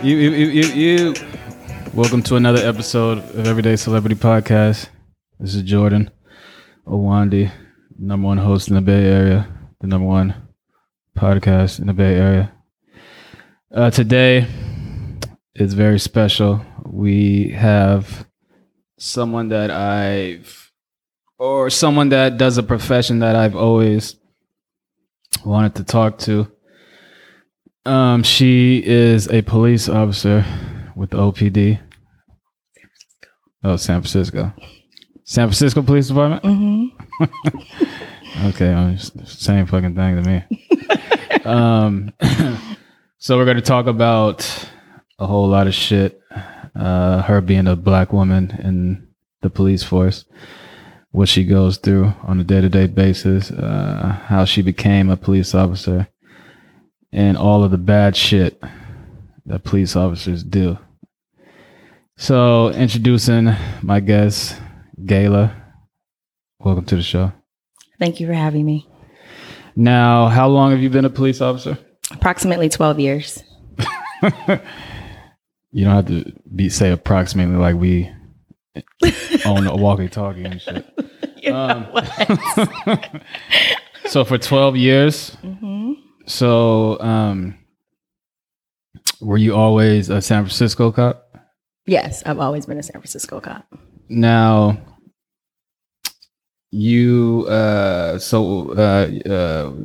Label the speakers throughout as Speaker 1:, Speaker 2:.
Speaker 1: You, you, you, you, you. Welcome to another episode of Everyday Celebrity Podcast. This is Jordan Owandi, number one host in the Bay Area, the number one podcast in the Bay Area. Uh, today is very special. We have someone that I've, or someone that does a profession that I've always wanted to talk to. Um, she is a police officer with the OPD. Oh, San Francisco. San Francisco Police Department?
Speaker 2: Mm-hmm.
Speaker 1: Okay, well, it's the same fucking thing to me. um, so we're going to talk about a whole lot of shit. Uh, her being a black woman in the police force, what she goes through on a day to day basis, uh, how she became a police officer, and all of the bad shit that police officers do. So, introducing my guest, Gayla. Welcome to the show.
Speaker 2: Thank you for having me.
Speaker 1: Now, how long have you been a police officer?
Speaker 2: Approximately 12 years.
Speaker 1: You don't have to be say approximately like we own a walkie-talkie and shit. Um,
Speaker 2: You know what?
Speaker 1: So for twelve years. Mm-hmm.
Speaker 2: hmm
Speaker 1: So, um, were you always a San Francisco cop?
Speaker 2: Yes, I've always been a San Francisco cop.
Speaker 1: Now, you uh, so uh,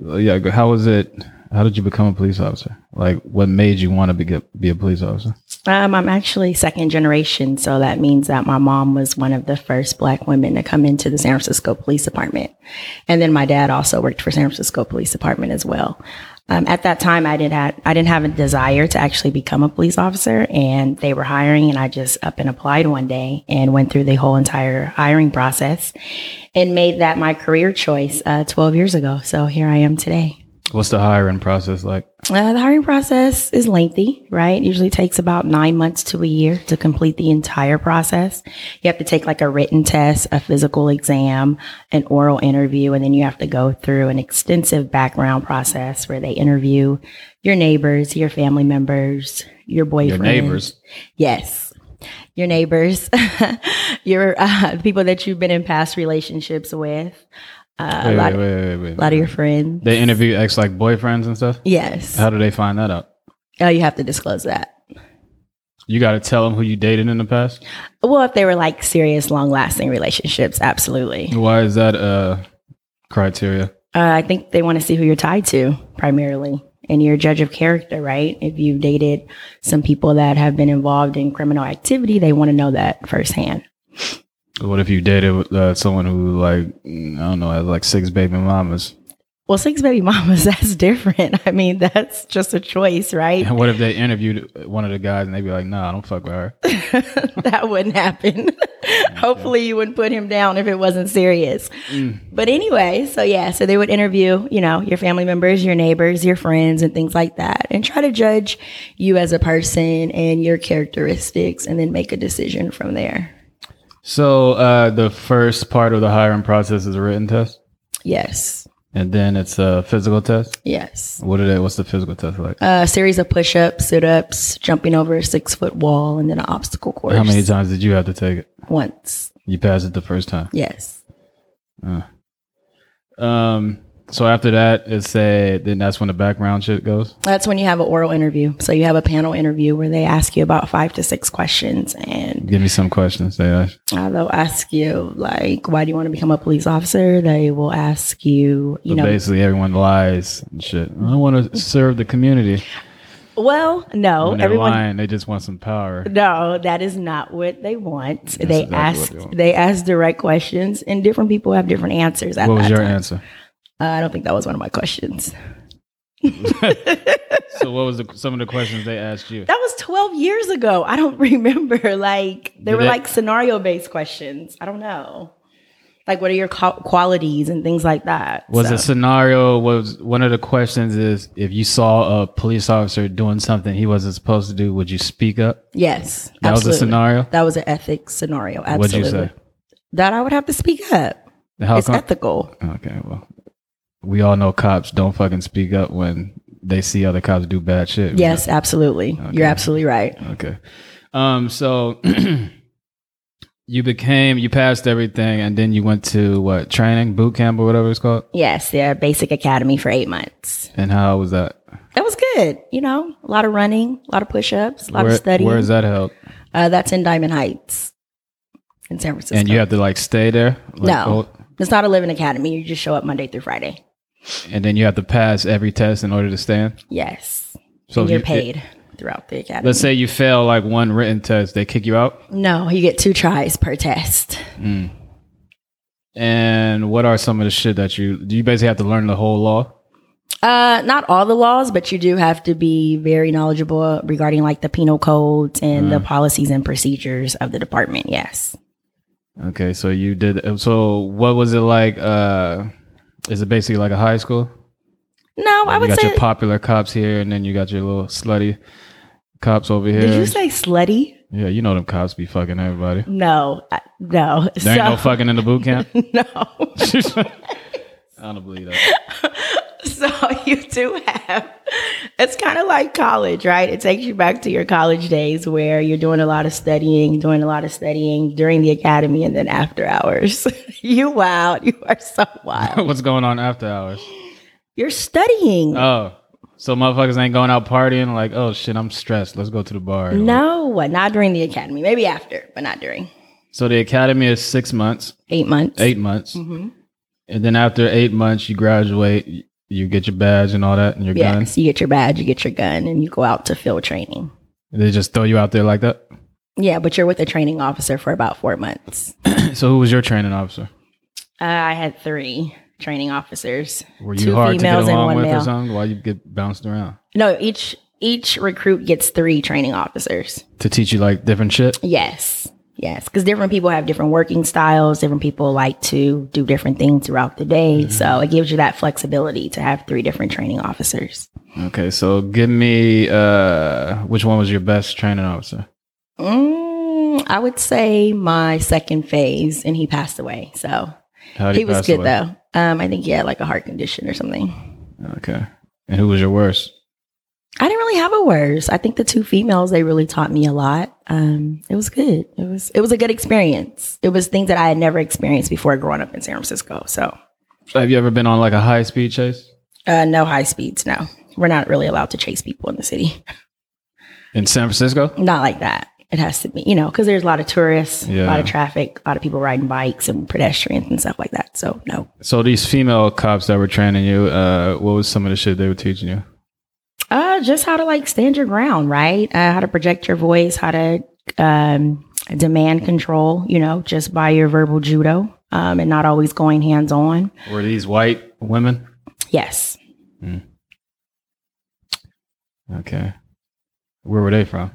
Speaker 1: uh, yeah. How was it? How did you become a police officer? Like, what made you want to be be a police officer?
Speaker 2: Um, I'm actually second generation, so that means that my mom was one of the first black women to come into the San Francisco Police Department. And then my dad also worked for San Francisco Police Department as well. Um, at that time, I didn't have, I didn't have a desire to actually become a police officer and they were hiring and I just up and applied one day and went through the whole entire hiring process and made that my career choice, uh, 12 years ago. So here I am today.
Speaker 1: What's the hiring process like?
Speaker 2: Uh, the hiring process is lengthy, right? Usually takes about nine months to a year to complete the entire process. You have to take like a written test, a physical exam, an oral interview, and then you have to go through an extensive background process where they interview your neighbors, your family members, your
Speaker 1: Your
Speaker 2: boyfriend,
Speaker 1: neighbors.
Speaker 2: Yes. Your neighbors, your uh, people that you've been in past relationships with, uh, a
Speaker 1: Wait,
Speaker 2: lot,
Speaker 1: wait, wait, wait, wait.
Speaker 2: a lot of your friends.
Speaker 1: They interview ex like boyfriends and stuff.
Speaker 2: yes.
Speaker 1: How do they find that out?
Speaker 2: oh, you have to disclose that.
Speaker 1: You got to tell them who you dated in the past.
Speaker 2: Well, if they were like serious, long lasting relationships, absolutely.
Speaker 1: Why is that a criteria?
Speaker 2: Uh, I think they want to see who you're tied to primarily. And you're a judge of character, right? If you've dated some people that have been involved in criminal activity, they want to know that firsthand.
Speaker 1: What if you dated uh, someone who like I don't know had like six baby mamas?
Speaker 2: Well, six baby mamas, that's different. I mean, that's just a choice, right?
Speaker 1: And what if they interviewed one of the guys and they be like, "Nah, I don't fuck with her."
Speaker 2: that wouldn't happen. Hopefully, you wouldn't put him down if it wasn't serious.
Speaker 1: Mm.
Speaker 2: But anyway, so yeah, so they would interview, you know, your family members, your neighbors, your friends, and things like that, and try to judge you as a person and your characteristics, and then make a decision from there.
Speaker 1: So uh, the first part of the hiring process is a written test,
Speaker 2: Yes,
Speaker 1: and then it's a physical test.
Speaker 2: yes.
Speaker 1: What are they, What's the physical test like?
Speaker 2: A series of push ups, sit ups, jumping over a six foot wall, and then an obstacle course.
Speaker 1: How many times did you have to take it?
Speaker 2: Once.
Speaker 1: You passed it the first time.
Speaker 2: Yes.
Speaker 1: Um. So after that, it's a then that's when the background shit goes.
Speaker 2: That's when you have an oral interview. So you have a panel interview where they ask you about five to six questions and
Speaker 1: Give me some questions. They ask.
Speaker 2: Uh, they'll ask you like, why do you want to become a police officer? They will ask you, you
Speaker 1: So
Speaker 2: know,
Speaker 1: basically, everyone lies and shit. I want to serve the community.
Speaker 2: well, no,
Speaker 1: when they're
Speaker 2: Oh, everyone,
Speaker 1: lying, they just want some power.
Speaker 2: no, that is not what they want. they
Speaker 1: exactly what
Speaker 2: ask,
Speaker 1: they
Speaker 2: they,
Speaker 1: want.
Speaker 2: ask the right questions, and different people have different answers. At
Speaker 1: What was
Speaker 2: that
Speaker 1: your
Speaker 2: time.
Speaker 1: answer?
Speaker 2: Uh, I don't think that was one of my questions.
Speaker 1: So what was the, some of the questions they asked you?
Speaker 2: That was 12 years ago. I don't remember. Like, they
Speaker 1: Did
Speaker 2: were
Speaker 1: it-
Speaker 2: like scenario based questions. I don't know. Like, what are your qual- qualities and things like that?
Speaker 1: Was
Speaker 2: So-
Speaker 1: a scenario was one of the questions is if you saw a police officer doing something he wasn't supposed to do, would you speak up?
Speaker 2: Yes.
Speaker 1: That was a
Speaker 2: absolutely.
Speaker 1: scenario.
Speaker 2: That was an ethics scenario.
Speaker 1: What'd
Speaker 2: Absolutely.
Speaker 1: you say?
Speaker 2: That I would have to speak up.
Speaker 1: How
Speaker 2: it's
Speaker 1: come?
Speaker 2: ethical.
Speaker 1: okay, well, we all know cops don't fucking speak up when they see other cops do bad shit.
Speaker 2: Yes, absolutely. You're absolutely right.
Speaker 1: Okay. Um. So you became you passed everything, and then you went to what training boot camp or whatever it's called.
Speaker 2: Yes, their basic academy for eight months.
Speaker 1: And how was that?
Speaker 2: That was good. You know, a lot of running, a lot of push ups, a lot
Speaker 1: Where-
Speaker 2: of studying.
Speaker 1: Where is that held?
Speaker 2: Uh, that's in Diamond Heights in San Francisco.
Speaker 1: And you have to like stay there. Like,
Speaker 2: no,
Speaker 1: oh,
Speaker 2: it's not a living academy. You just show up Monday through Friday.
Speaker 1: and then you have to pass every test in order to stay in.
Speaker 2: Yes.
Speaker 1: So
Speaker 2: and you're
Speaker 1: you-
Speaker 2: paid throughout the academy.
Speaker 1: Let's say you fail like one written test, they kick you out. Hmm.
Speaker 2: no, you get two tries per test.
Speaker 1: And what are some of the shit that you do? You basically have to learn the whole law.
Speaker 2: Uh, not all the laws, but you do have to be very knowledgeable regarding like the penal codes and
Speaker 1: Mm.
Speaker 2: the policies and procedures of the department. Yes.
Speaker 1: Okay, so you did. So what was it like? Uh, is it basically like a high school?
Speaker 2: No, I
Speaker 1: you
Speaker 2: would
Speaker 1: got
Speaker 2: say.
Speaker 1: your popular cops here, and then you got your little slutty cops over here.
Speaker 2: did you say slutty?
Speaker 1: yeah, you know them cops be fucking everybody.
Speaker 2: No, I- no.
Speaker 1: There ain't no
Speaker 2: so,
Speaker 1: fucking in the boot camp.
Speaker 2: no.
Speaker 1: I don't believe that.
Speaker 2: So you do have, it's kind of like college, right? It takes you back to your college days where you're doing a lot of studying, doing a lot of studying during the academy and then after hours. you wild. You are so wild.
Speaker 1: What's going on after hours?
Speaker 2: You're studying.
Speaker 1: Oh, so motherfuckers ain't going out partying. Like, oh shit, I'm stressed. Let's go to the bar.
Speaker 2: no, not during the academy. Maybe after, but not during.
Speaker 1: So the academy is six months,
Speaker 2: Eight months.
Speaker 1: eight months,
Speaker 2: Mhm.
Speaker 1: and then after eight months, you graduate. y- You get your badge and all that, and your
Speaker 2: Yes,
Speaker 1: gun.
Speaker 2: you get your badge, you get your gun, and you go out to field training.
Speaker 1: They just throw you out there like that.
Speaker 2: Yeah, but you're with a training officer for about four months.
Speaker 1: so who was your training officer?
Speaker 2: Uh, I had three training officers.
Speaker 1: Were you
Speaker 2: Two
Speaker 1: hard to get
Speaker 2: females and
Speaker 1: along
Speaker 2: one
Speaker 1: with or
Speaker 2: male.
Speaker 1: something? Why you get bounced around?
Speaker 2: No, each each recruit gets three training officers.
Speaker 1: To teach you like different shit?
Speaker 2: Yes. Yes, because different people have different working styles. Different people like to do different things throughout the day. So it gives you that flexibility to have three different training officers.
Speaker 1: Okay, so give me uh which one was your best training officer?
Speaker 2: Mm, I would say my second phase, and he passed away. So
Speaker 1: How
Speaker 2: he was good though. Um, I think he had like a heart condition or something.
Speaker 1: though. Okay. And who was your worst?
Speaker 2: I didn't really have a worse. I think the two females they really taught me a lot. Um, it was good. It was it was a good experience. It was things that I had never experienced before growing up in San Francisco. So
Speaker 1: Have you ever been on like a high speed chase?
Speaker 2: uh, no high speeds. No, we're not really allowed to chase people in the city.
Speaker 1: In San Francisco?
Speaker 2: Not like that. It has to be you know because there's a lot of tourists, a lot of
Speaker 1: Yeah.
Speaker 2: traffic, a lot of people riding bikes and pedestrians and stuff like that. So no.
Speaker 1: So these female cops that were training you, uh, what was some of the shit they were teaching you?
Speaker 2: Uh, just how to like stand your ground, right? Uh, how to project your voice, how to um, demand control, you know, just by your verbal judo um, and not always going hands on.
Speaker 1: Were these white women?
Speaker 2: Yes.
Speaker 1: Okay. Where were they from?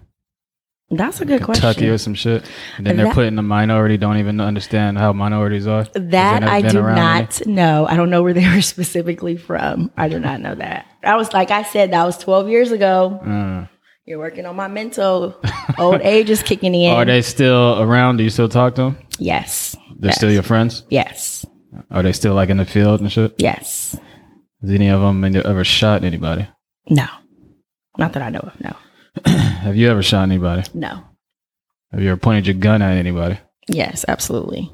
Speaker 2: That's a good
Speaker 1: Kentucky or
Speaker 2: question.
Speaker 1: some shit. And then they're
Speaker 2: That-
Speaker 1: putting the minority, don't even understand how minorities are. 'cause they
Speaker 2: That
Speaker 1: never
Speaker 2: I
Speaker 1: been
Speaker 2: do
Speaker 1: around any.
Speaker 2: not know. I don't know where they were specifically from. I do not know that. I was, like I said, that was 12 years ago.
Speaker 1: Uh,
Speaker 2: You're working on my mental. Old age is kicking in.
Speaker 1: Are they still around? Do you still talk to them?
Speaker 2: Yes.
Speaker 1: They're still your friends?
Speaker 2: Yes.
Speaker 1: Are they still like in the field and shit?
Speaker 2: Yes.
Speaker 1: Has any of them ever shot anybody?
Speaker 2: No. Not that I know of. No.
Speaker 1: Have you ever shot anybody?
Speaker 2: No.
Speaker 1: Have you ever pointed your gun at anybody?
Speaker 2: Yes, absolutely.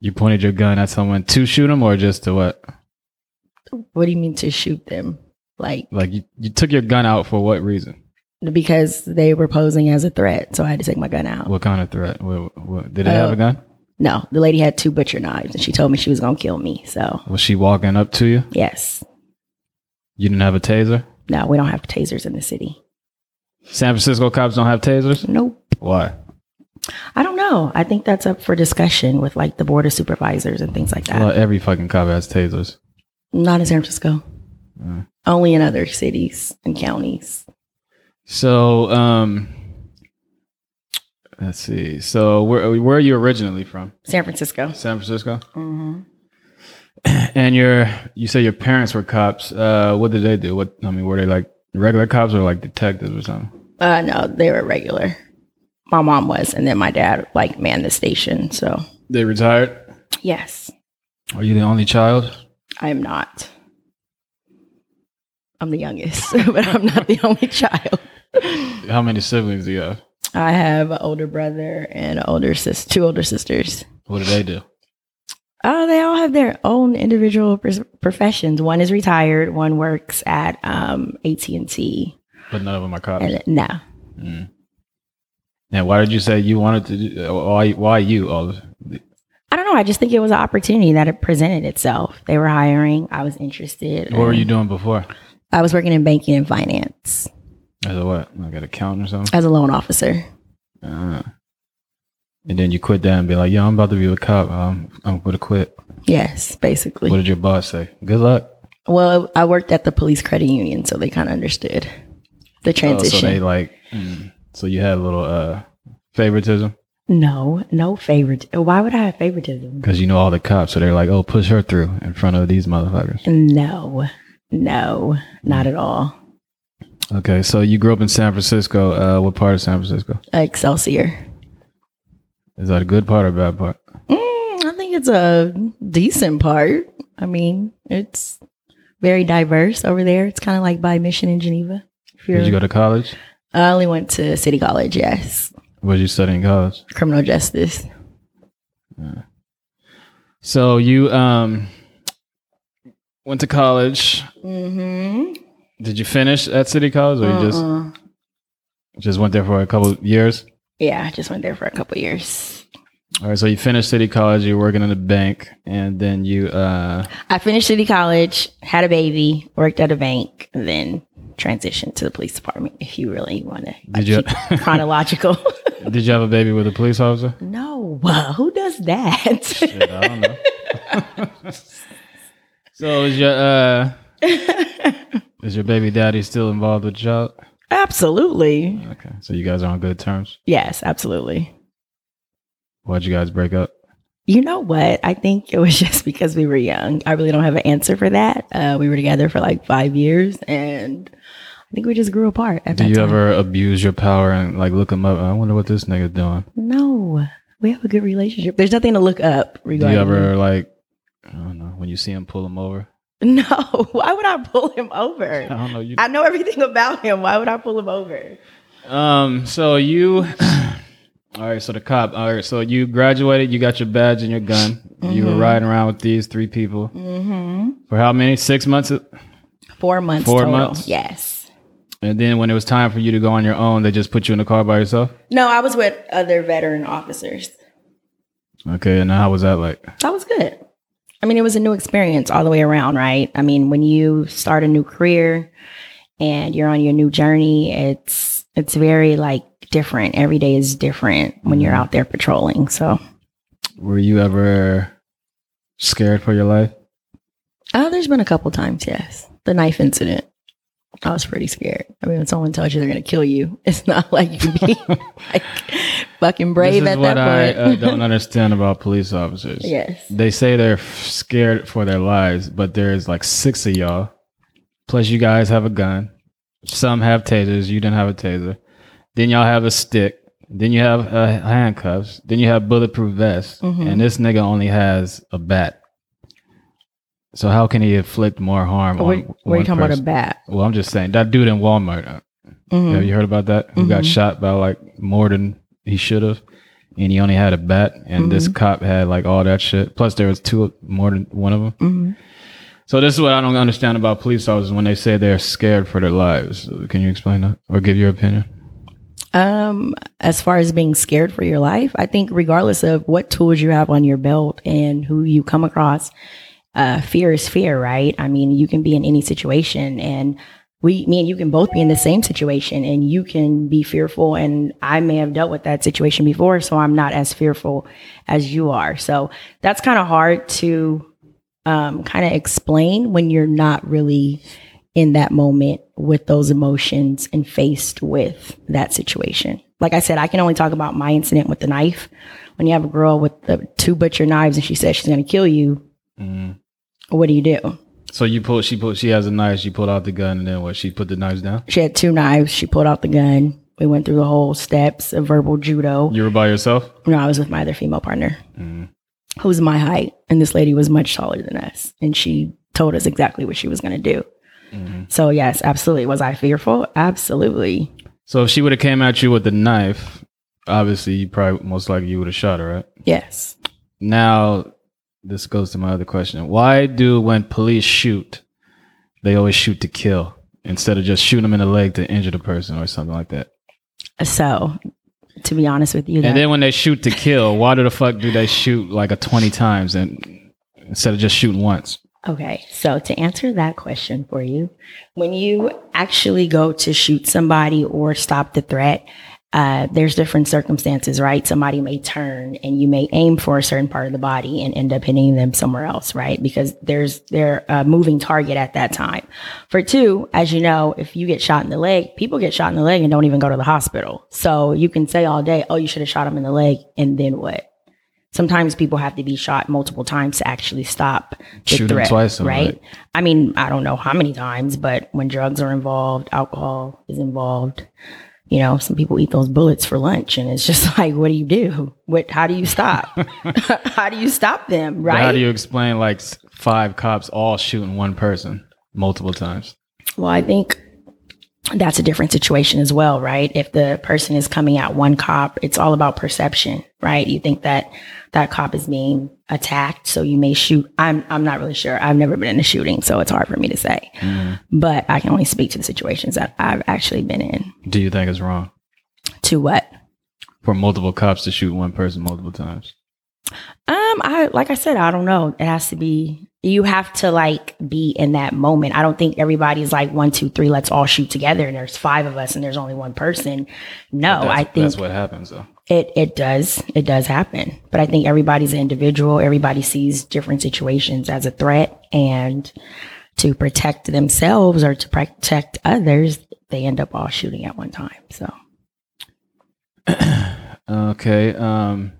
Speaker 1: You pointed your gun at someone to shoot them or just to what?
Speaker 2: What do you mean to shoot them? Like
Speaker 1: Like you, you took your gun out for what reason?
Speaker 2: because they were posing as a threat, so I had to take my gun out.
Speaker 1: What kind of threat? What, what, did they have a gun?
Speaker 2: No, the lady had two butcher knives, and she told me she was gonna kill me. So
Speaker 1: Was she walking up to you?
Speaker 2: yes,
Speaker 1: You didn't have a taser?
Speaker 2: no, we don't have tasers in the city.
Speaker 1: San Francisco cops don't have tasers?
Speaker 2: Nope.
Speaker 1: Why?
Speaker 2: I don't know. I think that's up for discussion with like the board of supervisors and things like that.
Speaker 1: Well, every fucking cop has tasers.
Speaker 2: Not in San Francisco. only in other cities and counties.
Speaker 1: So, um, let's see. So, where where are you originally from?
Speaker 2: San Francisco.
Speaker 1: San Francisco.
Speaker 2: hmm
Speaker 1: And your you say your parents were cops. Uh, what did they do? What I mean, were they like regular cops or like detectives or something?
Speaker 2: Uh, no, they were regular. My mom was, and then my dad like manned the station. So
Speaker 1: They retired.
Speaker 2: yes,
Speaker 1: Are you the only child?
Speaker 2: I am not. I'm the youngest, but I'm not the only child.
Speaker 1: How many siblings do you have?
Speaker 2: I have an older brother and an older sis, two older sisters.
Speaker 1: What do they do?
Speaker 2: Oh, they all have their own individual pr- professions. One is retired. One works at um, AT and T.
Speaker 1: But none of them are cops.
Speaker 2: And no,
Speaker 1: Mm. And why did you say you wanted to? Do, why why you? All
Speaker 2: I don't know. I just think it was an opportunity that it presented itself. They were hiring. I was interested.
Speaker 1: what were
Speaker 2: and
Speaker 1: you doing before?
Speaker 2: I was working in banking and finance
Speaker 1: As a what? Like an accountant or something?
Speaker 2: as a loan officer.
Speaker 1: Uh, and then you quit that and be like, "Yo, I'm about to be a cop. Um, I'm gonna quit."
Speaker 2: Yes, basically.
Speaker 1: What did your boss say? Good luck.
Speaker 2: well, I worked at the police credit union, so they kind of understood the
Speaker 1: Oh, so they
Speaker 2: transition.
Speaker 1: like. mm. so you had a little uh favoritism
Speaker 2: no, no favorite. Why would I have favoritism?
Speaker 1: because you know all the cops, so they're like, "Oh, push her through in front of these motherfuckers."
Speaker 2: No, no, not at all.
Speaker 1: Okay, so you grew up in San Francisco. Uh, what part of San Francisco?
Speaker 2: Excelsior.
Speaker 1: Is that a good part or a bad part?
Speaker 2: Mm, I think it's a decent part. I mean, it's very diverse over there. It's kind of like by mission in Geneva. If
Speaker 1: Did you go to college?
Speaker 2: I only went to City College, yes.
Speaker 1: What did you study in college?
Speaker 2: Criminal justice.
Speaker 1: So you um went to college.
Speaker 2: Mm-hmm. Uh-uh.
Speaker 1: Did you finish at City College, or you just just went there for a couple of years?
Speaker 2: yeah, I just went there for a couple years.
Speaker 1: All right. So you finished City College. You're working in a bank, and then you uh
Speaker 2: I finished City College, had a baby, worked at a bank, and then transitioned to the police department. If you really want to,
Speaker 1: Did you-
Speaker 2: chronological?
Speaker 1: did you have a baby with a police officer?
Speaker 2: no, uh, who does that?
Speaker 1: Shit, I don't know. so is your uh is your baby daddy still involved with the child?
Speaker 2: absolutely,
Speaker 1: Okay. So you guys are on good terms.
Speaker 2: yes, absolutely.
Speaker 1: Why'd you guys break up?
Speaker 2: You know what? I think it was just because we were young. I really don't have an answer for that. Uh, we were together for like five years, and I think we just grew apart. At
Speaker 1: Do
Speaker 2: that
Speaker 1: you
Speaker 2: time.
Speaker 1: ever abuse your power and like look him up? I wonder what this nigga doing.
Speaker 2: No, we have a good relationship. There's nothing to look up
Speaker 1: Do
Speaker 2: regarding.
Speaker 1: you ever like I don't know, when you see him pull him over?
Speaker 2: No, why would I pull him
Speaker 1: I
Speaker 2: over?
Speaker 1: don't know. You
Speaker 2: I know everything about him. Why would I pull him over?
Speaker 1: um so you all right, so the cop. All right, so you graduated, you got your badge and your gun. You were
Speaker 2: Mhm.
Speaker 1: riding around with these three people
Speaker 2: Mm-hmm.
Speaker 1: for how many? Six months?
Speaker 2: Four months.
Speaker 1: Four
Speaker 2: total.
Speaker 1: months?
Speaker 2: Yes.
Speaker 1: And then when it was time for you to go on your own, they just put you in the car by yourself.
Speaker 2: No, I was with other veteran officers.
Speaker 1: Okay, and how was that like?
Speaker 2: That was good. I mean, it was a new experience all the way around, right? I mean, when you start a new career and you're on your new journey, it's it's very like different. Every day is different when
Speaker 1: Mm-hmm.
Speaker 2: you're out there patrolling. So,
Speaker 1: Were you ever scared for your life?
Speaker 2: oh, there's been a couple times, yes. The knife incident. I was pretty scared. I mean, when someone tells you they're going to kill you, it's not like you can be like fucking
Speaker 1: this
Speaker 2: brave
Speaker 1: is
Speaker 2: at
Speaker 1: what
Speaker 2: that
Speaker 1: I uh,
Speaker 2: point.
Speaker 1: don't understand about police officers.
Speaker 2: yes.
Speaker 1: They say they're f- scared for their lives, but there's like six of y'all. Plus, you guys have a gun. Some have tasers. You didn't have a taser. Then y'all have a stick. Then you have uh, handcuffs. Then you have bulletproof vests.
Speaker 2: Mhm.
Speaker 1: And this nigga only has a bat. So how can he inflict more harm?
Speaker 2: What,
Speaker 1: on
Speaker 2: what are
Speaker 1: one
Speaker 2: you talking
Speaker 1: person?
Speaker 2: about a bat?
Speaker 1: Well, I'm just saying that dude in Walmart. uh,
Speaker 2: Mhm.
Speaker 1: Have you heard about that? Who got
Speaker 2: Mhm.
Speaker 1: shot by like more than he should have, and he only had a bat, and this cop had like all that shit. Plus, there was two more than one of them.
Speaker 2: Mhm.
Speaker 1: So this is what I don't understand about police officers when they say they're scared for their lives. Can you explain that or give your opinion?
Speaker 2: Um, as far as being scared for your life, I think regardless of what tools you have on your belt and who you come across, uh, fear is fear, right? I mean, you can be in any situation and we, me and you can both be in the same situation and you can be fearful. And I may have dealt with that situation before, so I'm not as fearful as you are. So that's kind of hard to, um, kind of explain when you're not really in that moment with those emotions and faced with that situation. Like I said, I can only talk about my incident with the knife. When you have a girl with the two butcher knives and she says she's going to kill you,
Speaker 1: Mm.
Speaker 2: what do you do?
Speaker 1: So you pull. She pulled. She has a knife. She pulled out the gun, and then what? She put the knives down.
Speaker 2: She had two knives. She pulled out the gun. We went through the whole steps of verbal judo.
Speaker 1: You were by yourself.
Speaker 2: No, I was with my other female partner
Speaker 1: Mm.
Speaker 2: who was my height. And this lady was much taller than us. And she told us exactly what she was going to do.
Speaker 1: Mhm.
Speaker 2: So, yes, absolutely. Was I fearful? Absolutely.
Speaker 1: So if she would have came at you with the knife, obviously you probably most likely you would have shot her, right?
Speaker 2: Yes.
Speaker 1: Now, this goes to my other question: Why do when police shoot, they always shoot to kill instead of just shooting them in the leg to injure the person or something like that?
Speaker 2: So, to be honest with you, that,
Speaker 1: And then when they shoot to kill, why do the fuck do they shoot like a twenty times and instead of just shooting once?
Speaker 2: okay. So, to answer that question for you, when you actually go to shoot somebody or stop the threat, uh, there's different circumstances, right? Somebody may turn and you may aim for a certain part of the body and end up hitting them somewhere else, right? Because there's they're a moving target at that time. For two, as you know, if you get shot in the leg, people get shot in the leg and don't even go to the hospital. So you can say all day, "Oh, you should have shot him in the leg," and then what? sometimes people have to be shot multiple times to actually stop the
Speaker 1: Shoot 'em
Speaker 2: threat,
Speaker 1: twice, all
Speaker 2: right?
Speaker 1: right.
Speaker 2: I mean, I don't know how many times, but when drugs are involved, alcohol is involved. You know, some people eat those bullets for lunch, and it's just like, what do you do? What? How do you stop? how do you stop them?
Speaker 1: But
Speaker 2: Right?
Speaker 1: How do you explain like s- five cops all shooting one person multiple times?
Speaker 2: Well, I think that's a different situation as well, right? If the person is coming at one cop, it's all about perception, right? You think that that cop is being attacked, so you may shoot. I'm I'm not really sure. I've never been in a shooting, so it's hard for me to say. But I can only speak to the situations that I've actually been in.
Speaker 1: Do you think it's wrong
Speaker 2: To what?
Speaker 1: for multiple cops to shoot one person multiple times?
Speaker 2: Um, I like I said, I don't know. It has to be you have to like be in that moment. I don't think everybody's like one, two, three, let's all shoot together and there's five of us and there's only one person. No,
Speaker 1: that's,
Speaker 2: I think
Speaker 1: that's what happens though.
Speaker 2: It it does. It does happen. But I think everybody's an individual. Everybody sees different situations as a threat and to protect themselves or to protect others, they end up all shooting at one time. So
Speaker 1: Okay. Um,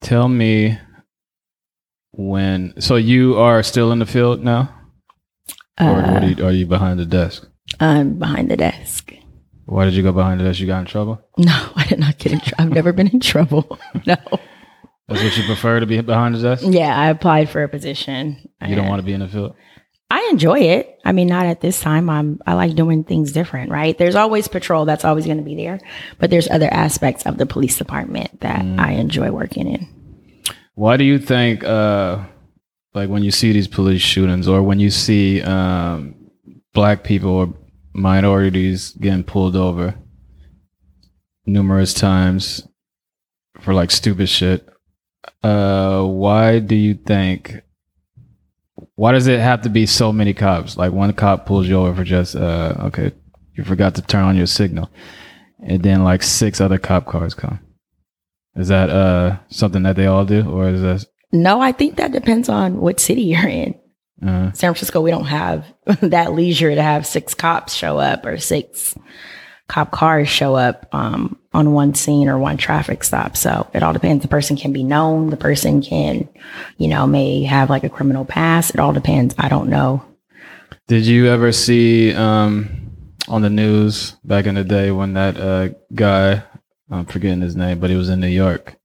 Speaker 1: tell me when. So you are still in the field now, or what are,
Speaker 2: uh,
Speaker 1: you, are you behind the desk?
Speaker 2: I'm behind the desk.
Speaker 1: Why did you go behind the desk? You got in trouble.
Speaker 2: No, I did not get in trouble. I've never been in trouble. No.
Speaker 1: That's what you prefer to be behind the desk.
Speaker 2: Yeah, I applied for a position.
Speaker 1: You don't want to be in the field.
Speaker 2: I enjoy it. I mean, not at this time. I'm I like doing things different, right? There's always patrol that's always going to be there, but there's other aspects of the police department that
Speaker 1: Mm.
Speaker 2: I enjoy working in.
Speaker 1: Why do you think, uh, like when you see these police shootings, or when you see um, black people or minorities getting pulled over numerous times for like stupid shit, uh, why do you think? Why does it have to be so many cops? Like one cop pulls you over for just uh, okay, you forgot to turn on your signal, and then like six other cop cars come. Is that uh something that they all do, or is that
Speaker 2: No, I think that depends on what city you're in.
Speaker 1: uh,
Speaker 2: San Francisco, we don't have that leisure to have six cops show up or six cop cars show up um, on one scene or one traffic stop. So it all depends. The person can be known. The person can, you know, may have like a criminal past. It all depends. I don't know.
Speaker 1: Did you ever see um, on the news back in the day when that uh, guy, I'm forgetting his name, but he was in New York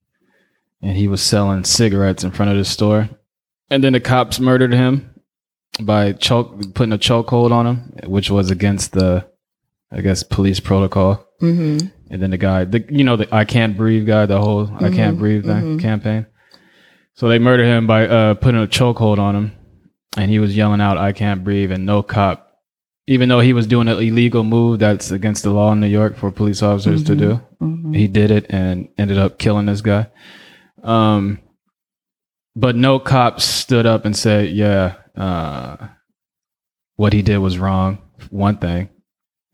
Speaker 1: and he was selling cigarettes in front of the store. And then the cops murdered him by choke, putting a chokehold on him, which was against the, I guess, police protocol.
Speaker 2: Mm-hmm.
Speaker 1: And then the guy, the, you know, the I can't breathe guy, the whole I can't breathe thing, campaign. So they murdered him by uh, putting a chokehold on him. And he was yelling out, I can't breathe. And no cop, even though he was doing an illegal move that's against the law in New York for police officers to do,
Speaker 2: Mm-hmm.
Speaker 1: he did it and ended up killing this guy. Um, but no cop stood up and said, yeah, uh, what he did was wrong. One thing.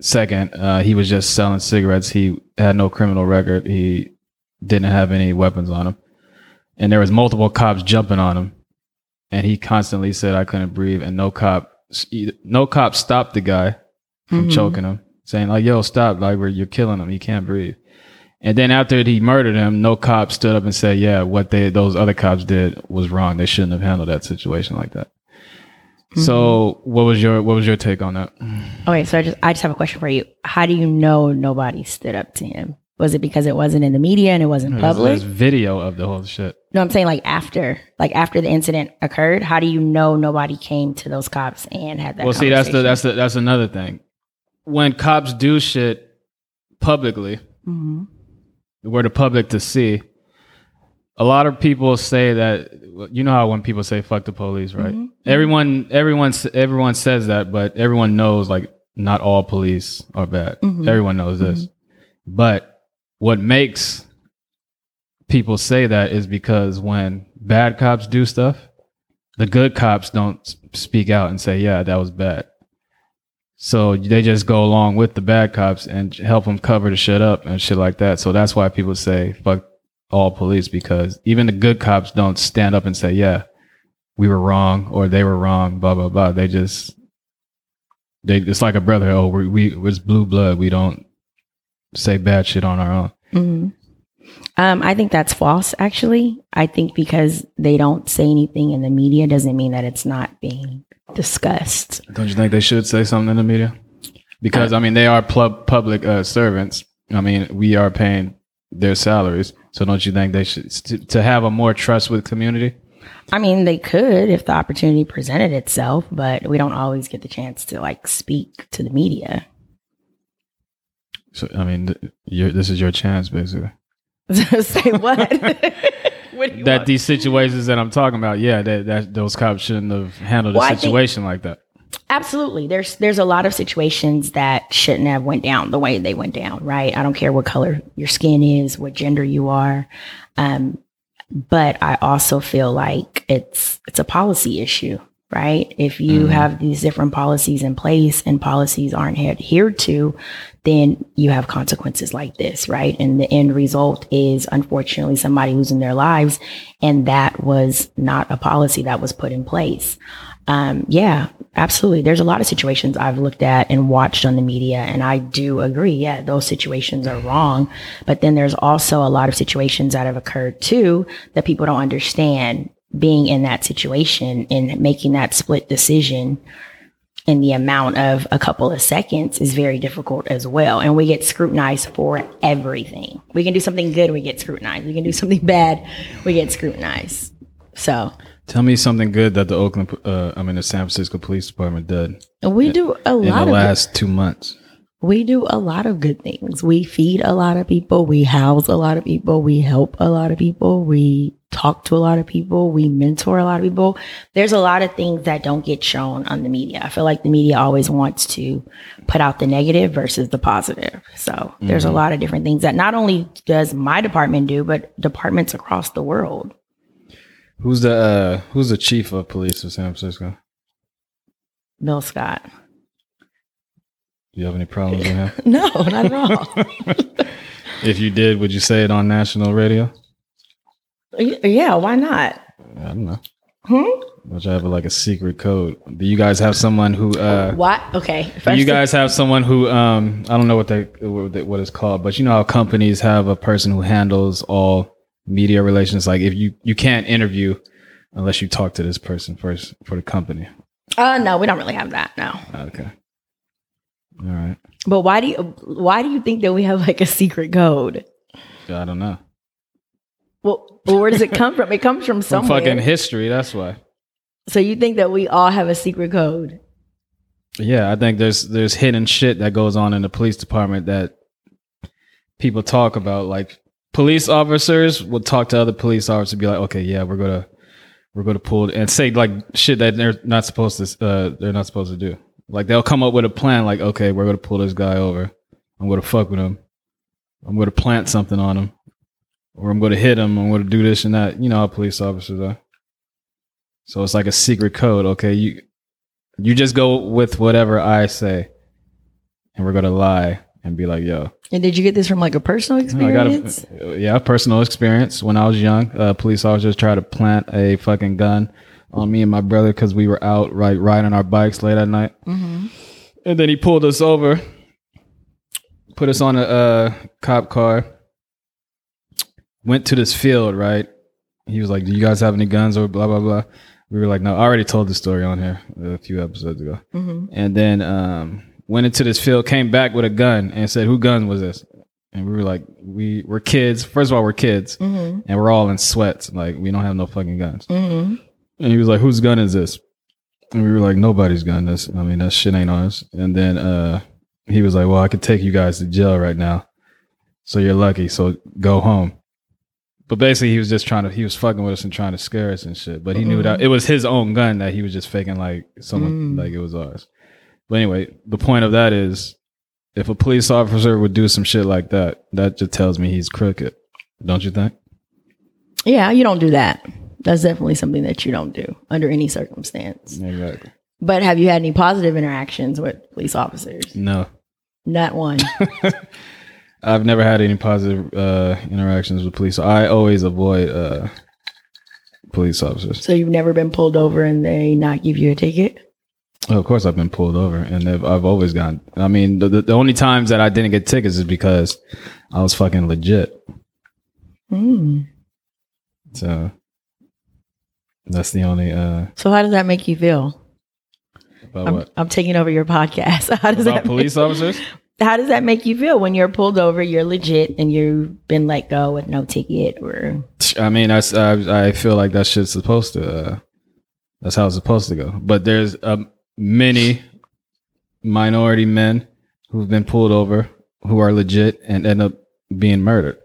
Speaker 1: Second, uh, he was just selling cigarettes. He had no criminal record. He didn't have any weapons on him, and there was multiple cops jumping on him, and he constantly said I couldn't breathe, and no cop, e, no cop stopped the guy from
Speaker 2: Mhm.
Speaker 1: choking him, saying like, "Yo, stop! Like, we're- you're killing him. He can't breathe." And then after he murdered him, no cop stood up and said, "Yeah, what they those other cops did was wrong. They shouldn't have handled that situation like that."
Speaker 2: Mm-hmm.
Speaker 1: So, what was your what was your take on that?
Speaker 2: Okay, so I just I just have a question for you. How do you know nobody stood up to him? Was it because it wasn't in the media and it wasn't
Speaker 1: There's-
Speaker 2: public?
Speaker 1: There's video of the whole shit.
Speaker 2: No, I'm saying like after, like after the incident occurred, how do you know nobody came to those cops and had that?
Speaker 1: well, see, that's the
Speaker 2: conversation?
Speaker 1: that's the that's another thing. When cops do shit publicly,
Speaker 2: Mhm.
Speaker 1: were the public to see, a lot of people say that you know how when people say "fuck the police," right?
Speaker 2: Mhm.
Speaker 1: Everyone, everyone, s- everyone says that, but everyone knows like not all police are bad.
Speaker 2: Mhm.
Speaker 1: Everyone knows this, but what makes people say that is because when bad cops do stuff, the good cops don't s- speak out and say, "Yeah, that was bad." So they just go along with the bad cops and help them cover the shit up and shit like that. So that's why people say fuck all police because even the good cops don't stand up and say, yeah, we were wrong or they were wrong, blah, blah, blah. They just, they, it's like a brother. Oh, we, we, it's blue blood. We don't say bad shit on our own.
Speaker 2: Mhm. Um, I think that's false. Actually, I think because they don't say anything in the media doesn't mean that it's not being discussed.
Speaker 1: Don't you think they should say something in the media? Because I mean, they are pub- public uh, servants. I mean, we are paying their salaries. So don't you think they should to, to have a more trust with community?
Speaker 2: I mean, they could if the opportunity presented itself, but we don't always get the chance to like speak to the media.
Speaker 1: So I mean, th- your, this is your chance, basically.
Speaker 2: say what? What do you
Speaker 1: That
Speaker 2: want?
Speaker 1: these situations that I'm talking about, yeah, that, that those cops shouldn't have handled
Speaker 2: Well, I
Speaker 1: a
Speaker 2: think-
Speaker 1: situation like that.
Speaker 2: Absolutely. There's there's a lot of situations that shouldn't have went down the way they went down, right? I don't care what color your skin is, what gender you are. Um, but I also feel like it's it's a policy issue, right? If you
Speaker 1: Mhm.
Speaker 2: have these different policies in place and policies aren't adhered to, then you have consequences like this, right? And the end result is unfortunately somebody losing their lives, and that was not a policy that was put in place. Um, yeah, absolutely. There's a lot of situations I've looked at and watched on the media, and I do agree. Yeah, those situations are wrong. But then there's also a lot of situations that have occurred too that people don't understand being in that situation and making that split decision in the amount of a couple of seconds is very difficult as well. And we get scrutinized for everything. We can do something good, we get scrutinized. We can do something bad, we get scrutinized. So
Speaker 1: Tell me something good that the Oakland, uh, I mean, the San Francisco Police Department did
Speaker 2: we do a
Speaker 1: in
Speaker 2: lot
Speaker 1: the
Speaker 2: of
Speaker 1: last two months.
Speaker 2: we do a lot of good things. We feed a lot of people. We house a lot of people. We help a lot of people. We talk to a lot of people. We mentor a lot of people. There's a lot of things that don't get shown on the media. I feel like the media always wants to put out the negative versus the positive. So there's a
Speaker 1: Mm-hmm.
Speaker 2: lot of different things that not only does my department do, but departments across the world.
Speaker 1: Who's the uh, Who's the chief of police of San Francisco?
Speaker 2: Bill Scott.
Speaker 1: Do you have any problems with him?
Speaker 2: No, not at all.
Speaker 1: if you did, would you say it on national radio?
Speaker 2: Y- yeah, why not?
Speaker 1: I don't know.
Speaker 2: Hmm?
Speaker 1: Would you have like a secret code? Do you guys have someone who? Uh,
Speaker 2: Oh, What? Okay.
Speaker 1: Do you
Speaker 2: First-
Speaker 1: guys have someone who um I don't know what they what they- what it's called, but you know how companies have a person who handles all media relations. Like if you you can't interview unless you talk to this person first for the company.
Speaker 2: Uh, no, we don't really have that. No.
Speaker 1: Okay. All right.
Speaker 2: But why do you why do you think that we have like a secret code?
Speaker 1: Yeah, I don't know.
Speaker 2: Well, where does it come from? It comes from
Speaker 1: Some
Speaker 2: somewhere.
Speaker 1: fucking history. That's why.
Speaker 2: so you think that we all have a secret code?
Speaker 1: Yeah, I think there's there's hidden shit that goes on in the police department that people talk about. Like police officers will talk to other police officers and be like, "Okay, yeah, we're gonna we're gonna pull and say like shit that they're not supposed to uh, they're not supposed to do. Like they'll come up with a plan. Like, okay, we're gonna pull this guy over. I'm gonna fuck with him. I'm gonna plant something on him, or I'm gonna hit him. I'm gonna do this and that. You know how police officers are. So it's like a secret code. Okay, you you just go with whatever I say, and we're gonna lie and be like, "Yo,
Speaker 2: And did you get this from like a personal
Speaker 1: no, I got
Speaker 2: experience?
Speaker 1: a yeah personal experience. When I was young, uh, police officers tried to plant a fucking gun on me and my brother because we were out right riding our bikes late at night.
Speaker 2: Mm-hmm.
Speaker 1: And then he pulled us over, put us on a uh, cop car, went to this field, right? He was like, Do you guys have any guns or blah, blah, blah? We were like, No, I already told this story on here a few episodes ago.
Speaker 2: Mm-hmm.
Speaker 1: And then um, went into this field, came back with a gun and said, Who gun was this? And we were like, we we're kids. First of all, we're kids,
Speaker 2: Mm-hmm.
Speaker 1: and we're all in sweats. Like we don't have no fucking guns. And he was like, "Whose gun is this?" And we were like, "Nobody's gun. That's I mean, that shit ain't ours." And then uh, he was like, "Well, I could take you guys to jail right now, so you're lucky. So go home." But basically, he was just trying to he was fucking with us and trying to scare us and shit. But he knew that it was his own gun that he was just faking like someone like it was ours. But anyway, the point of that is, if a police officer would do some shit like that, that just tells me he's crooked. Don't you think?
Speaker 2: Yeah, you don't do that. That's definitely something that you don't do under any circumstance.
Speaker 1: Exactly.
Speaker 2: But have you had any positive interactions with police officers?
Speaker 1: No.
Speaker 2: Not one.
Speaker 1: I've never had any positive uh, interactions with police. I always avoid uh, police officers.
Speaker 2: so you've never been pulled over and they not give you a ticket?
Speaker 1: Oh, of course, I've been pulled over, and I've, I've always gotten. I mean, the, the, the only times that I didn't get tickets is because I was fucking legit.
Speaker 2: Mm.
Speaker 1: So that's the only uh,
Speaker 2: So how does that make you feel?
Speaker 1: about
Speaker 2: I'm,
Speaker 1: what
Speaker 2: I'm taking over your podcast. How does
Speaker 1: about
Speaker 2: that
Speaker 1: police officers.
Speaker 2: Make, how does that make you feel when you're pulled over, you're legit and you've been let go with no ticket or
Speaker 1: I mean, that's- I I feel like that shit's supposed to. Uh, that's how it's supposed to go. But there's um, many minority men who've been pulled over who are legit and end up being murdered.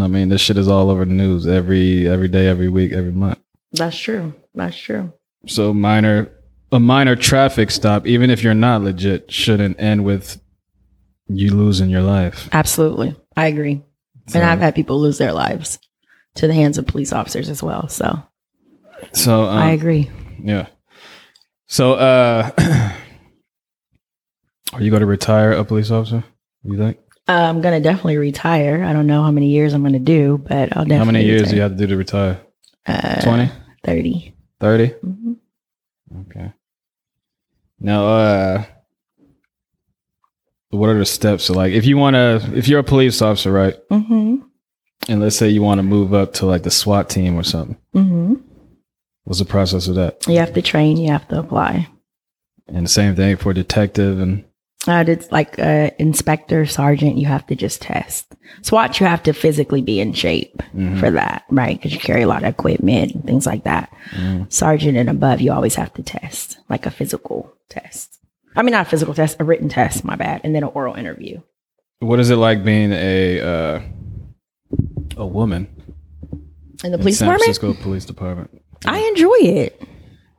Speaker 1: I mean, this shit is all over the news every every day, every week, every month.
Speaker 2: That's true. That's true.
Speaker 1: So minor a minor traffic stop, even if you're not legit, shouldn't end with you losing your life.
Speaker 2: Absolutely. I agree.
Speaker 1: So-
Speaker 2: And I've had people lose their lives to the hands of police officers as well. So
Speaker 1: so um,
Speaker 2: I agree.
Speaker 1: Yeah. So, uh, are you going to retire a police officer? You think?
Speaker 2: Uh, I'm going to definitely retire. I don't know how many years I'm going to do, but I'll definitely.
Speaker 1: How many years do you
Speaker 2: retire.
Speaker 1: have to do to retire?
Speaker 2: Uh,
Speaker 1: 20,
Speaker 2: 30.
Speaker 1: 30?
Speaker 2: Mhm.
Speaker 1: Okay. Now, uh, what are the steps? So, like, if you want to, if you're a police officer, right?
Speaker 2: Mhm.
Speaker 1: And let's say you want to move up to like the SWAT team or something.
Speaker 2: Mhm.
Speaker 1: What's the process of that?
Speaker 2: You have to train, you have to apply.
Speaker 1: And the same thing for detective and
Speaker 2: Uh, it's like uh, inspector, sergeant, you have to just test. SWAT, you have to physically be in shape
Speaker 1: Mhm.
Speaker 2: for that, right? Because you carry a lot of equipment and things like that.
Speaker 1: Mhm.
Speaker 2: Sergeant and above, you always have to test, like a physical test. I mean, not a physical test, a written test, my bad, and then an oral interview.
Speaker 1: what is it like being a, uh, a woman
Speaker 2: And the
Speaker 1: in
Speaker 2: police
Speaker 1: San
Speaker 2: department,
Speaker 1: Francisco Police Department?
Speaker 2: I enjoy it.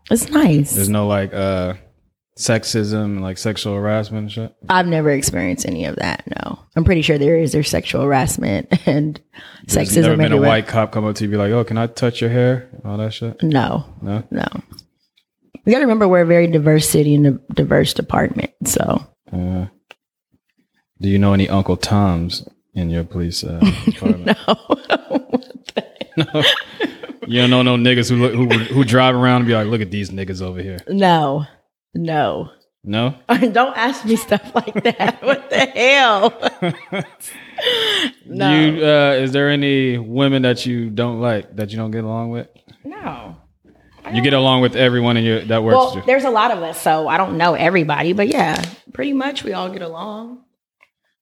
Speaker 2: It's nice.
Speaker 1: There's no like uh sexism, like sexual harassment and shit.
Speaker 2: I've never experienced any of that. No, I'm pretty sure there is there's sexual harassment and
Speaker 1: There's
Speaker 2: sexism
Speaker 1: never been a
Speaker 2: everywhere.
Speaker 1: white cop come up to you and be like, "Oh, can I touch your hair?" All that shit.
Speaker 2: no,
Speaker 1: No.
Speaker 2: no. You got to remember we're a very diverse city and a diverse department. So
Speaker 1: Uh, do you know any Uncle Toms in your police uh, department?
Speaker 2: no,
Speaker 1: you don't know no niggas who look, who who drive around and be like, "Look at these niggas over here."
Speaker 2: no, no.
Speaker 1: No.
Speaker 2: Don't ask me stuff like that. what the hell? No.
Speaker 1: Do you, uh, is there any women that you don't like that you don't get along with?
Speaker 2: No.
Speaker 1: You get along with everyone in your that works. with
Speaker 2: Well,
Speaker 1: you.
Speaker 2: there's a lot of us, so I don't know everybody, but yeah, pretty much we all get along.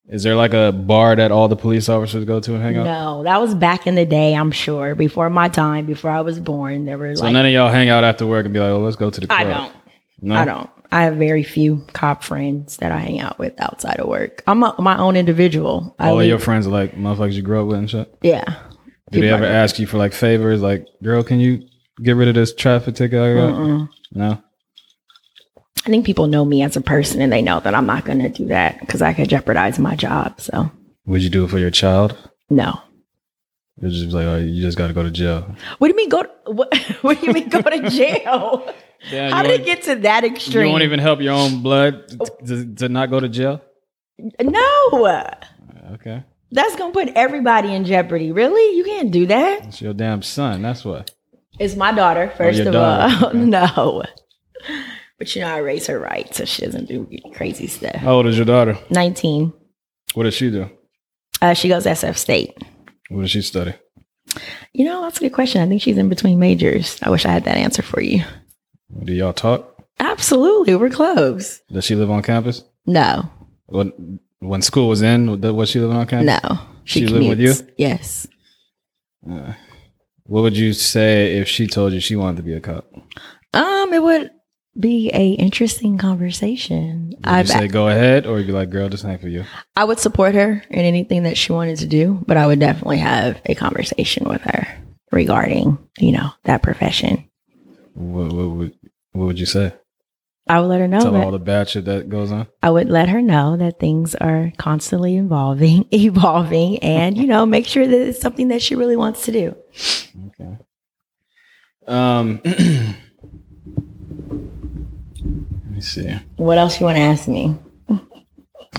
Speaker 1: Is there like a bar that all the police officers go to and hang out?
Speaker 2: No, that was back in the day, I'm sure, before my time, before I was born. There were
Speaker 1: So
Speaker 2: like
Speaker 1: none of y'all hang out after work and be like, "Oh, let's go to the club."
Speaker 2: I don't.
Speaker 1: No?
Speaker 2: I don't. I have very few cop friends that I hang out with outside of work. I'm a, my own individual. I
Speaker 1: All of
Speaker 2: leave-
Speaker 1: your friends are like motherfuckers you grew up with and shit.
Speaker 2: yeah.
Speaker 1: Do they
Speaker 2: People
Speaker 1: ever
Speaker 2: I-
Speaker 1: ask you for like favors? Like, girl, can you get rid of this traffic ticket I got?
Speaker 2: Mm-mm.
Speaker 1: No.
Speaker 2: I think people know me as a person and they know that I'm not going to do that because I could jeopardize my job. So,
Speaker 1: Would you do it for your child?
Speaker 2: no.
Speaker 1: You're just like, oh, you just got to go to jail.
Speaker 2: What do you mean go? To, what, what do you mean go to jail?
Speaker 1: Yeah,
Speaker 2: How
Speaker 1: you,
Speaker 2: did
Speaker 1: won't,
Speaker 2: it get Oh. to that
Speaker 1: you
Speaker 2: extreme?
Speaker 1: won't even help your own blood t- to, to not go to jail.
Speaker 2: no,
Speaker 1: Okay,
Speaker 2: that's going to put everybody in jeopardy. Really? You can't do that.
Speaker 1: it's your damn son. That's what.
Speaker 2: It's my daughter, first
Speaker 1: Oh, your
Speaker 2: of
Speaker 1: daughter,
Speaker 2: all.
Speaker 1: okay.
Speaker 2: no. But you know, I raise her right so she doesn't do crazy stuff.
Speaker 1: How old is your daughter?
Speaker 2: 19.
Speaker 1: What does she do?
Speaker 2: Uh, she goes SF State.
Speaker 1: What does she study?
Speaker 2: You know, that's a good question. I think she's in between majors. I wish I had that answer for you.
Speaker 1: Do y'all talk?
Speaker 2: Absolutely. We're close.
Speaker 1: Does she live on campus?
Speaker 2: No,
Speaker 1: When when school was in, was she living on campus?
Speaker 2: no.
Speaker 1: She live with you?
Speaker 2: commutes. Yes.
Speaker 1: What would you say if she told you she wanted to be a cop? Would
Speaker 2: Um, it would be a interesting conversation.
Speaker 1: you
Speaker 2: I've,
Speaker 1: say go ahead, or you'd be like, girl, this ain't for you?
Speaker 2: I would support her in anything that she wanted to do, but I would definitely have a conversation with her regarding, you know, that profession.
Speaker 1: What, what, would what would you say?
Speaker 2: I would let her know
Speaker 1: Tell her all
Speaker 2: that
Speaker 1: the bad shit that goes on.
Speaker 2: I would let her know that things are constantly evolving, evolving, and you know, make sure that it's something that she really wants to do.
Speaker 1: Okay. Um, let me see.
Speaker 2: What else you want to ask me?
Speaker 1: I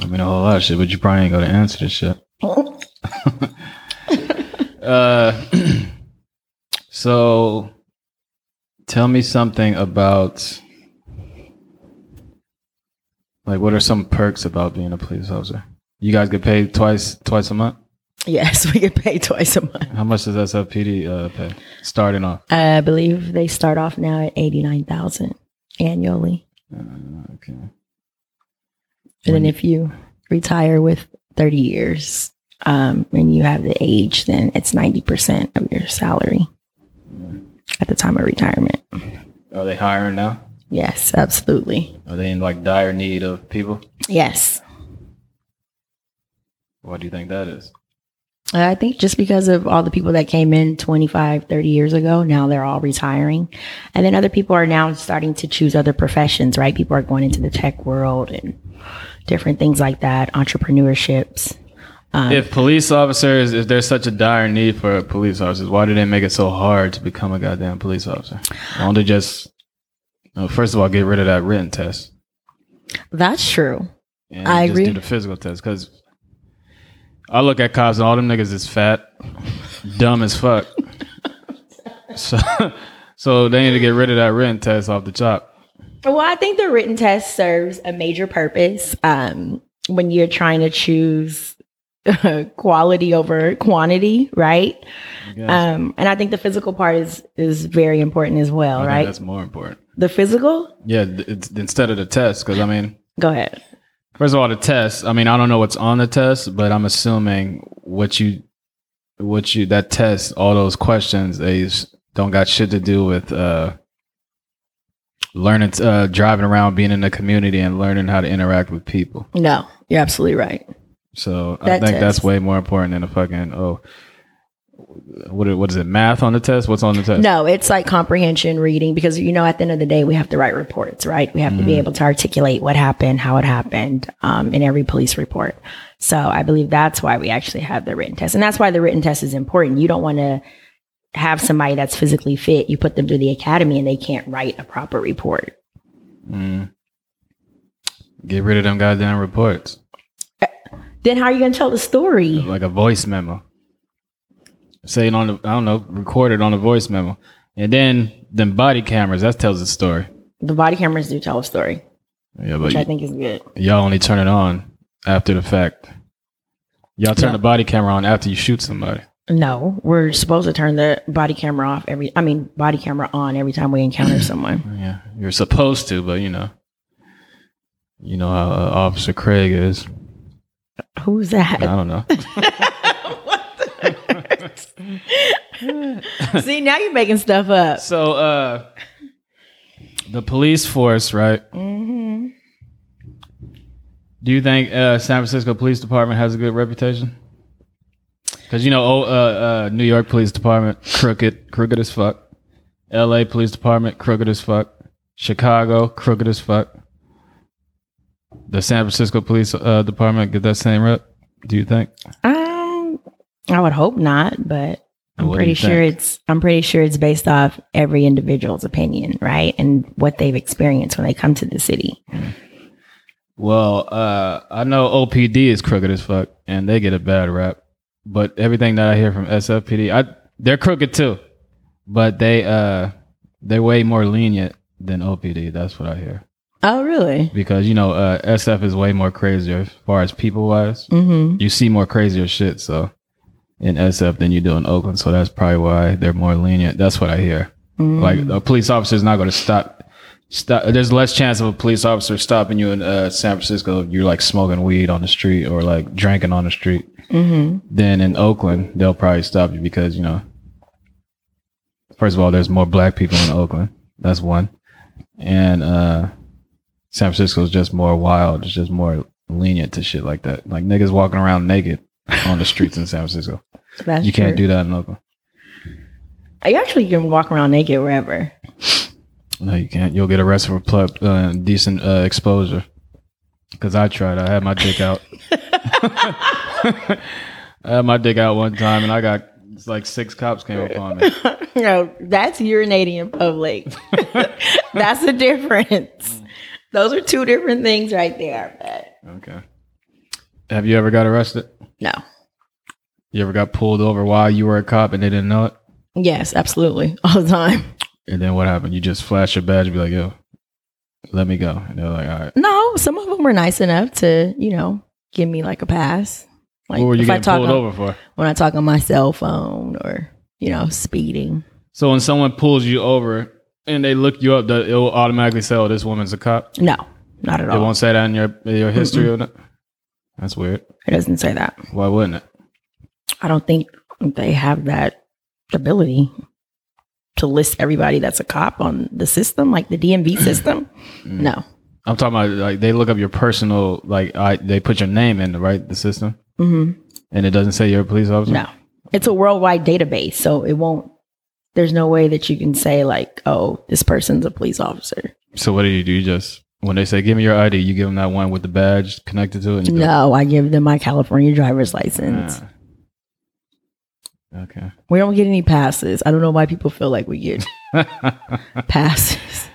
Speaker 1: mean, a whole lot of shit, but you probably ain't gonna answer this shit. Uh, so tell me something about like what are some perks about being a police officer? You guys get paid twice twice a month.
Speaker 2: yes, we get paid twice a month.
Speaker 1: How much does SFPD uh, pay starting off?
Speaker 2: I believe they start off now at eighty nine thousand annually.
Speaker 1: Okay.
Speaker 2: And then if you retire with 30 years um, and you have the age, then it's 90% of your salary at the time of retirement.
Speaker 1: Are they hiring now?
Speaker 2: Yes, absolutely.
Speaker 1: Are they in like dire need of people?
Speaker 2: Yes.
Speaker 1: Why do you think that is?
Speaker 2: I think just because of all the people that came in 25, 30 years ago, now they're all retiring. And then other people are now starting to choose other professions, right? People are going into the tech world and different things like that, entrepreneurships. Um,
Speaker 1: If police officers, if there's such a dire need for police officers, why do they make it so hard to become a goddamn police officer? Why don't they just, uh, first of all, get rid of that written test
Speaker 2: That's true.
Speaker 1: and
Speaker 2: I
Speaker 1: just
Speaker 2: agree.
Speaker 1: do the physical test? Because I look at cops and all them niggas is fat, dumb as fuck. so, so they need to get rid of that written test off the chop.
Speaker 2: Well, I think the written test serves a major purpose um, when you're trying to choose quality over quantity, right?
Speaker 1: Yes.
Speaker 2: Um, and I think the physical part is is very important as well,
Speaker 1: I think
Speaker 2: right?
Speaker 1: that's more important.
Speaker 2: The physical.
Speaker 1: Yeah, th- it's, instead of the test, because I mean,
Speaker 2: Go ahead.
Speaker 1: First of all, the test. I mean, I don't know what's on the test, but I'm assuming what you, what you that test, all those questions, they s- don't got shit to do with uh, learning, t- uh, driving around, being in the community, and learning how to interact with people.
Speaker 2: No, you're absolutely right.
Speaker 1: So I
Speaker 2: That
Speaker 1: think that's
Speaker 2: test.
Speaker 1: way more important than a fucking oh, what i- what is it? Math on the test? What's on the test?
Speaker 2: No, it's like comprehension reading because you know at the end of the day we have to write reports, right? We have to be able to articulate what happened, how it happened, um, in every police report. So I believe that's why we actually have the written test, and that's why the written test is important. You don't want to have somebody that's physically fit. You put them through the academy and they can't write a proper report.
Speaker 1: Mm. Get rid of them goddamn reports,
Speaker 2: Then how are you going to tell the story?
Speaker 1: like a voice memo. Say it on the I don't know, record it on a voice memo, and then then body cameras. That tells a story.
Speaker 2: The body cameras do tell a story,
Speaker 1: Yeah,
Speaker 2: which I
Speaker 1: but
Speaker 2: think is good.
Speaker 1: y'all only turn it on after the fact. Y'all turn the body camera on after you shoot somebody.
Speaker 2: No, we're supposed to turn the body camera off every. I mean, body camera on every time we encounter someone.
Speaker 1: Yeah, you're supposed to, but you know, you know how uh, Officer Craig is.
Speaker 2: Who's that?
Speaker 1: I don't know.
Speaker 2: See, now you're making stuff up.
Speaker 1: so, uh, the police force, right? Mm-hmm. Do you think uh, San Francisco Police Department has a good reputation? Because you know, oh, uh, uh, New York Police Department crooked, crooked as fuck. L.A. Police Department crooked as fuck. Chicago crooked as fuck. The San Francisco Police uh, Department get that same rep. Do you think?
Speaker 2: Um, I would hope not, but I'm
Speaker 1: What do
Speaker 2: pretty
Speaker 1: you
Speaker 2: sure
Speaker 1: think?
Speaker 2: it's I'm pretty sure it's based off every individual's opinion, right? And what they've experienced when they come to the city.
Speaker 1: Well, uh, I know OPD is crooked as fuck, and they get a bad rap. But everything that I hear from SFPD, I they're crooked too. but they uh they're way more lenient than OPD. That's what I hear
Speaker 2: Oh, really?
Speaker 1: because you know uh, SF is way more crazier as far as people wise.
Speaker 2: Mm-hmm.
Speaker 1: You see more crazier shit so in SF than you do in Oakland, so that's probably why they're more lenient. That's what I hear. Like a police officer is not going to stop. Stop. There's less chance of a police officer stopping you in uh, San Francisco. If you're like smoking weed on the street or like drinking on the street.
Speaker 2: Mm-hmm.
Speaker 1: Then in Oakland, they'll probably stop you because you know. First of all, there's more black people in Oakland. That's one, and uh, San Francisco's just more wild. It's just more lenient to shit like that. Like niggas walking around naked on the streets in San Francisco.
Speaker 2: That's
Speaker 1: You can't do
Speaker 2: true.
Speaker 1: that in Oakland.
Speaker 2: You actually can walk around naked wherever.
Speaker 1: No, you can't. You'll get arrested for pl- uh, decent uh, exposure. Because I tried. I had my dick out. I had my dick out one time, and I got it's like six cops came upon me.
Speaker 2: No, that's urinating in public. that's the
Speaker 1: Mm.
Speaker 2: difference. Those are two different things right there. But
Speaker 1: Okay. Have you ever got arrested?
Speaker 2: no.
Speaker 1: You ever got pulled over while you were a cop and they didn't know it?
Speaker 2: Yes, absolutely. All the time.
Speaker 1: And then what happened? You just flash your badge and be like, "Yo, let me go." And they're like, "All right."
Speaker 2: No, some of them were nice enough to, you know, give me like a pass. Like
Speaker 1: what were you
Speaker 2: if I
Speaker 1: getting
Speaker 2: talk
Speaker 1: pulled
Speaker 2: on-
Speaker 1: over for?
Speaker 2: when I talk on my cell phone or, you know, speeding.
Speaker 1: So when someone pulls you over and they look you up, that- it'll automatically say, "Oh, this woman's a cop."
Speaker 2: No, not at
Speaker 1: It
Speaker 2: all.
Speaker 1: won't say that in your your history or not. That's weird.
Speaker 2: It doesn't say that.
Speaker 1: Why wouldn't it?
Speaker 2: I don't think they have that ability to list everybody that's a cop on the system, like the DMV system.
Speaker 1: Mm.
Speaker 2: no.
Speaker 1: I'm talking about like they look up your personal like I they put your name in right the system
Speaker 2: hmm
Speaker 1: and it doesn't say you're a police officer.
Speaker 2: No. It's a worldwide database, so it won't there's no way that you can say like, oh, this person's a police officer.
Speaker 1: So what do you do? You just when they say give me your ID, you give them that one with the badge connected to it. And you go,
Speaker 2: No, I give them my California driver's license.
Speaker 1: "Ah." Okay.
Speaker 2: We don't get any passes. I don't know why people feel like we get passes.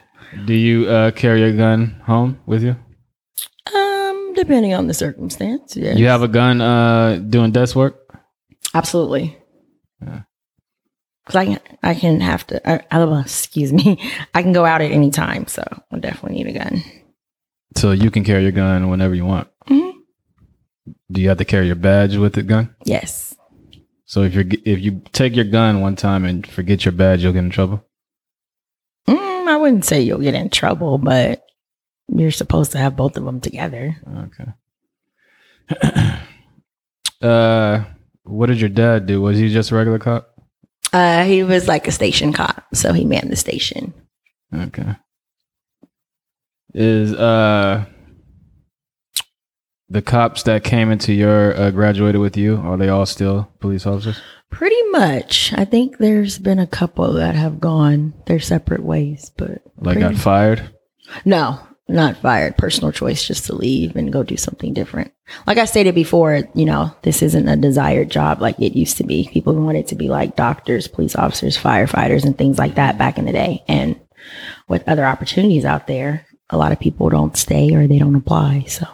Speaker 1: Do you uh, carry a gun home with you?
Speaker 2: Um, depending on the circumstance. Yes.
Speaker 1: You have a gun uh, doing desk work.
Speaker 2: Absolutely. Cause I can, I can have to. I, I love- excuse me. I can go out at any time, so I definitely need a gun.
Speaker 1: So you can carry your gun whenever you want.
Speaker 2: Mhm.
Speaker 1: Do you have to carry your badge with the gun?
Speaker 2: Yes,
Speaker 1: So if you if you take your gun one time and forget your badge, you'll get in trouble.
Speaker 2: mm, I wouldn't say you'll get in trouble, but you're supposed to have both of them together.
Speaker 1: Okay. uh, what did your dad do? Was he just a regular cop?
Speaker 2: Uh, he was like a station cop, so he manned the station.
Speaker 1: Okay. Is uh the cops that came into your uh, graduated with you are they all still police officers?
Speaker 2: Pretty much, I think there's been a couple that have gone their separate ways, but
Speaker 1: Like
Speaker 2: pretty-
Speaker 1: got fired?
Speaker 2: No, not fired. Personal choice just to leave and go do something different. Like I stated before, you know, this isn't a desired job like it used to be. People wanted to be like doctors, police officers, firefighters, and things like that back in the day. And with other opportunities out there, a lot of people don't stay or they don't apply. So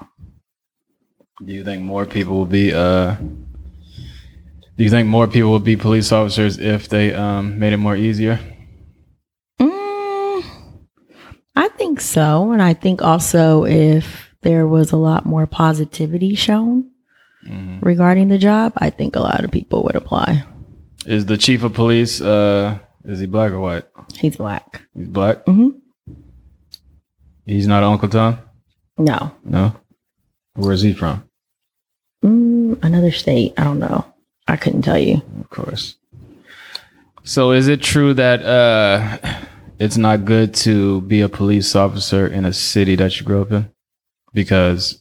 Speaker 1: Do you think more people will be uh do you think more people would be police officers if they um, made it more easier?
Speaker 2: Mm, I think so. And I think also if there was a lot more positivity shown regarding the job, I think a lot of people would apply.
Speaker 1: Is the chief of police uh, is he black or white?
Speaker 2: He's black.
Speaker 1: He's black.
Speaker 2: Mhm.
Speaker 1: He's not Uncle Tom.
Speaker 2: No.
Speaker 1: No. Where is he from?
Speaker 2: Mm, another state. I don't know. I couldn't tell you.
Speaker 1: Of course. So is it true that uh, it's not good to be a police officer in a city that you grew up in because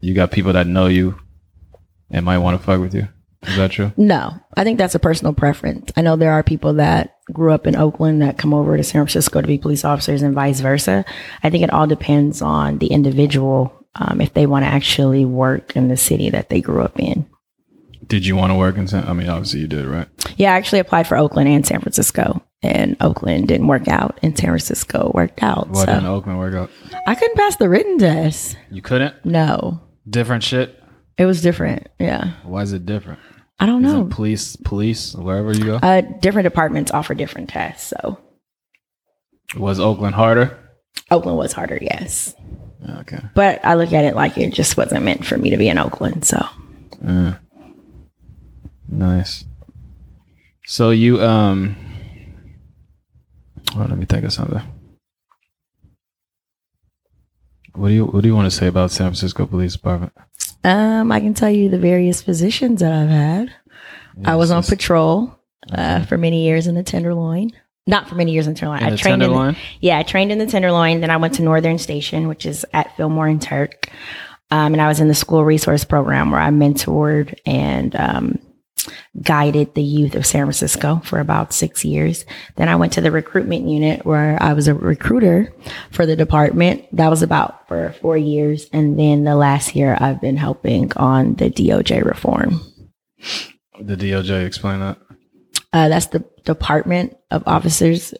Speaker 1: you got people that know you and might want to fuck with you? Is that true?
Speaker 2: No, I think that's a personal preference. I know there are people that grew up in Oakland that come over to San Francisco to be police officers and vice versa. I think it all depends on the individual um, if they want to actually work in the city that they grew up in.
Speaker 1: Did you want to work in? San- I mean, obviously you did, right?
Speaker 2: Yeah, I actually applied for Oakland and San Francisco, and Oakland didn't work out, and San Francisco worked out.
Speaker 1: Why didn't
Speaker 2: so
Speaker 1: Oakland work out?
Speaker 2: I couldn't pass the written test.
Speaker 1: You couldn't.
Speaker 2: No,
Speaker 1: Different shit.
Speaker 2: it was different. Yeah.
Speaker 1: Why is it different?
Speaker 2: I don't
Speaker 1: Is it
Speaker 2: know.
Speaker 1: police, police, wherever you go.
Speaker 2: Uh, different departments offer different tests. So
Speaker 1: Was Oakland harder?
Speaker 2: Oakland was harder, yes.
Speaker 1: Okay.
Speaker 2: But I look at it like it just wasn't meant for me to be in Oakland. So
Speaker 1: Uh, nice. So you um well, let me think of something. What do you what do you want to say about San Francisco Police Department?
Speaker 2: um, I can tell you the various positions that I've had. I was on
Speaker 1: Yes,
Speaker 2: patrol uh, for many years in the Tenderloin. Not for many years in Tenderloin.
Speaker 1: in
Speaker 2: I
Speaker 1: the
Speaker 2: trained in the-
Speaker 1: Tenderloin?
Speaker 2: Yeah, I trained in the Tenderloin. Then I went to Northern Station, which is at Fillmore and Turk. Um, and I was in the school resource program where I mentored and um, guided the youth of San Francisco for about six years. Then I went to the recruitment unit where I was a recruiter for the department. That was about for four years. And then the last year I've been helping on the DOJ reform.
Speaker 1: the DOJ explain that.
Speaker 2: Uh, that's the Department of Officers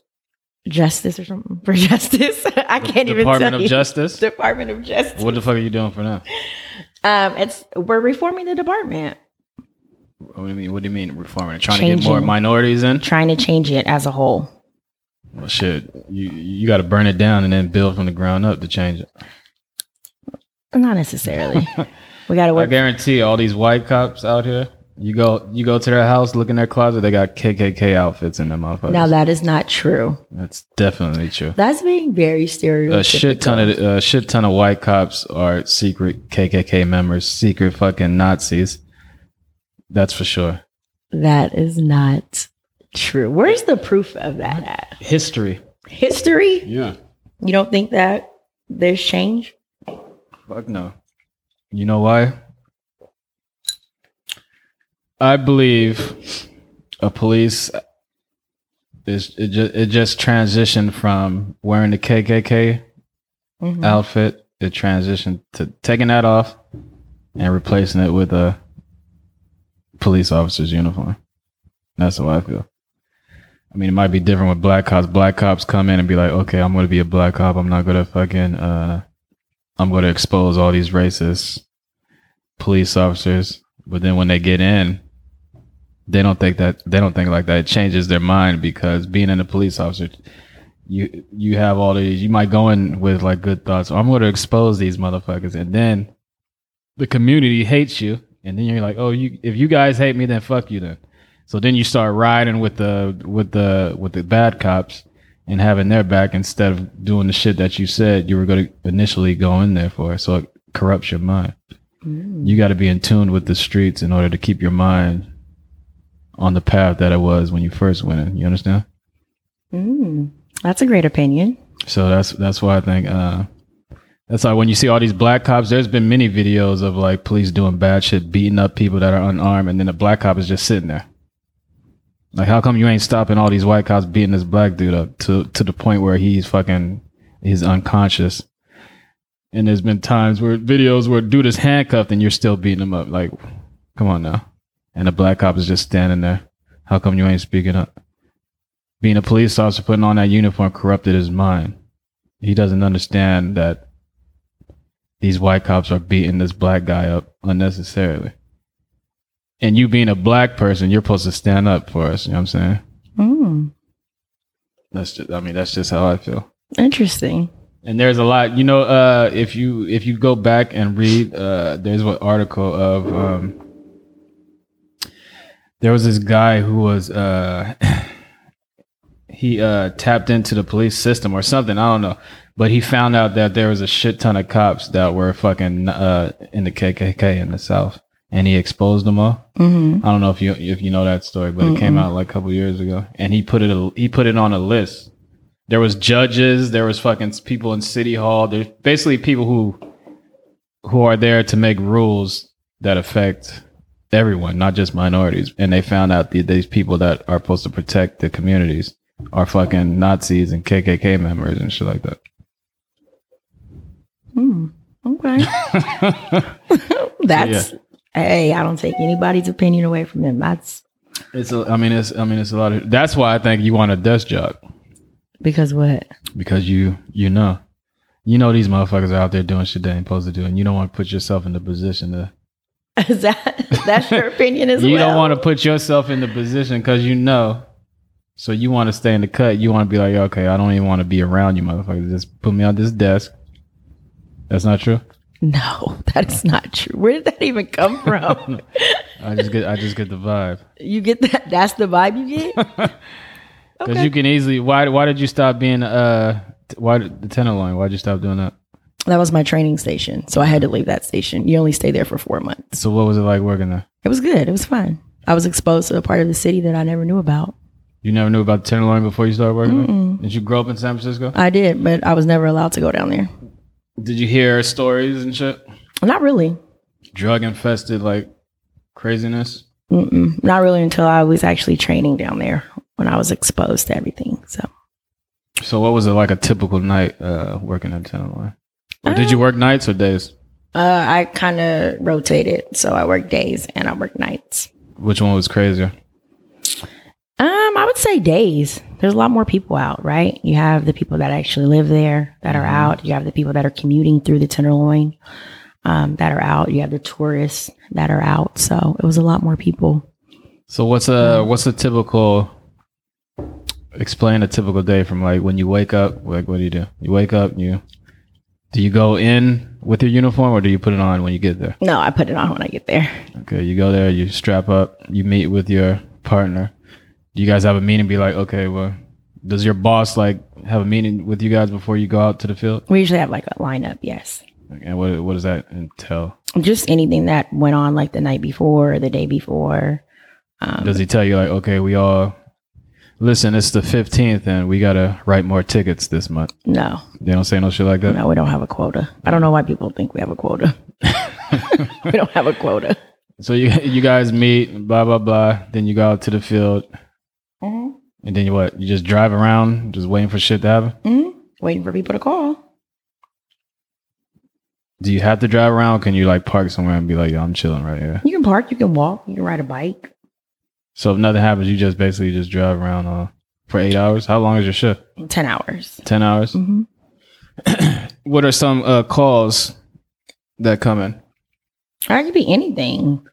Speaker 2: Justice or something for justice. I can't even
Speaker 1: Department
Speaker 2: tell
Speaker 1: of
Speaker 2: you.
Speaker 1: Justice.
Speaker 2: Department of Justice.
Speaker 1: what the fuck are you doing for now?
Speaker 2: Um, it's we're reforming the department,
Speaker 1: What do you mean? What do you mean reforming? Trying to get
Speaker 2: Changing.
Speaker 1: more minorities in?
Speaker 2: trying to change it as a whole.
Speaker 1: Well, shit, you you got to burn it down and then build from the ground up to change it.
Speaker 2: Not necessarily. we got
Speaker 1: I
Speaker 2: to work.
Speaker 1: guarantee all these white cops out here. You go, you go to their house, look in their closet. They got KKK outfits in their motherfuckers.
Speaker 2: Now that is not true.
Speaker 1: That's definitely true.
Speaker 2: That's being very stereotypical.
Speaker 1: A Uh, shit ton of a shit ton of white cops are secret KKK members, secret fucking Nazis. That's for sure.
Speaker 2: that is not true. Where's the proof of that at?
Speaker 1: History.
Speaker 2: History?
Speaker 1: Yeah.
Speaker 2: You don't think that there's change?
Speaker 1: Fuck no. You know why? I believe a police is it just it just transitioned from wearing the KKK
Speaker 2: Mhm.
Speaker 1: outfit. It transitioned to taking that off and replacing it with a police officer's uniform. That's how I feel. I mean, it might be different with black cops. Black cops come in and be like, "Okay, I'm going to be a black cop. I'm not going to fucking, uh, I'm going to expose all these racist police officers." But then when they get in, they don't think that they don't think like that. It changes their mind because being in a police officer, you you have all these you might go in with like good thoughts "Oh, i'm going to expose these motherfuckers and then the community hates you and then you're like oh you if you guys hate me then fuck you then so then you start riding with the with the with the bad cops and having their back instead of doing the shit that you said you were going to initially go in there for so it corrupts your mind
Speaker 2: Mm.
Speaker 1: you got to be in tune with the streets in order to keep your mind on the path that it was when you first went in you understand
Speaker 2: Mm. That's a great opinion.
Speaker 1: So that's that's why I think uh, that's why when you see all these black cops, there's been many videos of like police doing bad shit, beating up people that are unarmed, and then the black cop is just sitting there. Like, how come you ain't stopping all these white cops beating this black dude up to to the point where he's fucking he's unconscious? And there's been times where videos where dude is handcuffed and you're still beating him up. Like, come on now. And the black cop is just standing there. How come you ain't speaking up? being a police officer putting on that uniform corrupted his mind he doesn't understand that these white cops are beating this black guy up unnecessarily and you being a black person you're supposed to stand up for us you know what i'm saying
Speaker 2: Mm.
Speaker 1: that's just i mean that's just how i feel
Speaker 2: Interesting.
Speaker 1: and there's a lot you know uh if you if you go back and read uh there's an article of um there was this guy who was uh he uh tapped into the police system or something i don't know but he found out that there was a shit ton of cops that were fucking uh in the kkk in the south and he exposed them all
Speaker 2: hmm
Speaker 1: I don't know if you if you know that story, but it came out like a couple years ago, and he put it a, he put it on a list. There was judges, there was fucking people in city hall. There's basically people who who are there to make rules that affect everyone, not just minorities. And they found out that these people that are supposed to protect the communities are fucking Nazis and KKK members and shit like that.
Speaker 2: Mm. Okay. That's hey, I don't take anybody's opinion away from them. That's
Speaker 1: It's a, I mean it's I mean it's a lot of that's why I think you want a desk job.
Speaker 2: because what?
Speaker 1: because you you know you know these motherfuckers are out there doing shit they ain't supposed to do and you don't want to put yourself in the position to
Speaker 2: Is that that's your opinion as
Speaker 1: you
Speaker 2: well?
Speaker 1: don't want to put yourself in the position because you know. So you want to stay in the cut. You want to be like, okay, I don't even want to be around you, motherfucker. Just put me on this desk. That's not true.
Speaker 2: No, that is not true. Where did that even come from?
Speaker 1: I just get, I just get the vibe
Speaker 2: you get that? That's the vibe you get.
Speaker 1: because you can easily. Why, why did you stop being uh, t- why did- the tenor line? Why'd you stop doing that?
Speaker 2: That was my training station, so I had to leave that station. You only stay there for four months.
Speaker 1: So what was it like working there?
Speaker 2: It was good. It was fun. I was exposed to a part of the city that I never knew about.
Speaker 1: You never knew about the tenor line before you started working. there? Did you grow up in San Francisco?
Speaker 2: I did, but I was never allowed to go down there.
Speaker 1: Did you hear stories and shit?
Speaker 2: Not really.
Speaker 1: Drug infested like craziness.
Speaker 2: Mm-mm. Not really until I was actually training down there when I was exposed to everything. So
Speaker 1: So what was it like a typical night uh, working at Tenor Line? Or did you work nights or days?
Speaker 2: uh, I kind of rotated. So I work days and I work nights.
Speaker 1: Which one was crazier?
Speaker 2: Um, I would say days. There's a lot more people out, right? You have the people that actually live there that are out. You have the people that are commuting through the Tenderloin um, that are out. You have the tourists that are out. So it was a lot more people.
Speaker 1: So what's a what's a typical explain a typical day from like when you wake up, like what do you do? You wake up, you do you go in with your uniform or do you put it on when you get there?
Speaker 2: No, I put it on when I get there.
Speaker 1: Okay, you go there, you strap up, you meet with your partner. Do you guys have a meeting be like, okay, well, does your boss like have a meeting with you guys before you go out to the field?
Speaker 2: We usually have like a lineup, yes.
Speaker 1: And what what does that entail?
Speaker 2: Just anything that went on like the night before or the day before. Um,
Speaker 1: Does he tell you like, okay, we all listen? It's the fifteenth, and we gotta write more tickets this month.
Speaker 2: no,
Speaker 1: They don't say no shit like that.
Speaker 2: no, we don't have a quota. I don't know why people think we have a quota. we don't have a quota.
Speaker 1: So you you guys meet, blah blah blah. Then you go out to the field,
Speaker 2: Mm-hmm.
Speaker 1: and then you what? You just drive around, just waiting for shit to happen.
Speaker 2: Mhm. Waiting for people to call.
Speaker 1: Do you have to drive around? Can you like park somewhere and be like, yo, I'm chilling right here?
Speaker 2: You can park, you can walk, you can ride a bike.
Speaker 1: So if nothing happens, you just basically just drive around uh, for eight hours. How long is your shift?
Speaker 2: 10 hours.
Speaker 1: Ten hours.
Speaker 2: Mhm.
Speaker 1: What are some uh, calls that come in?
Speaker 2: Or it could be anything,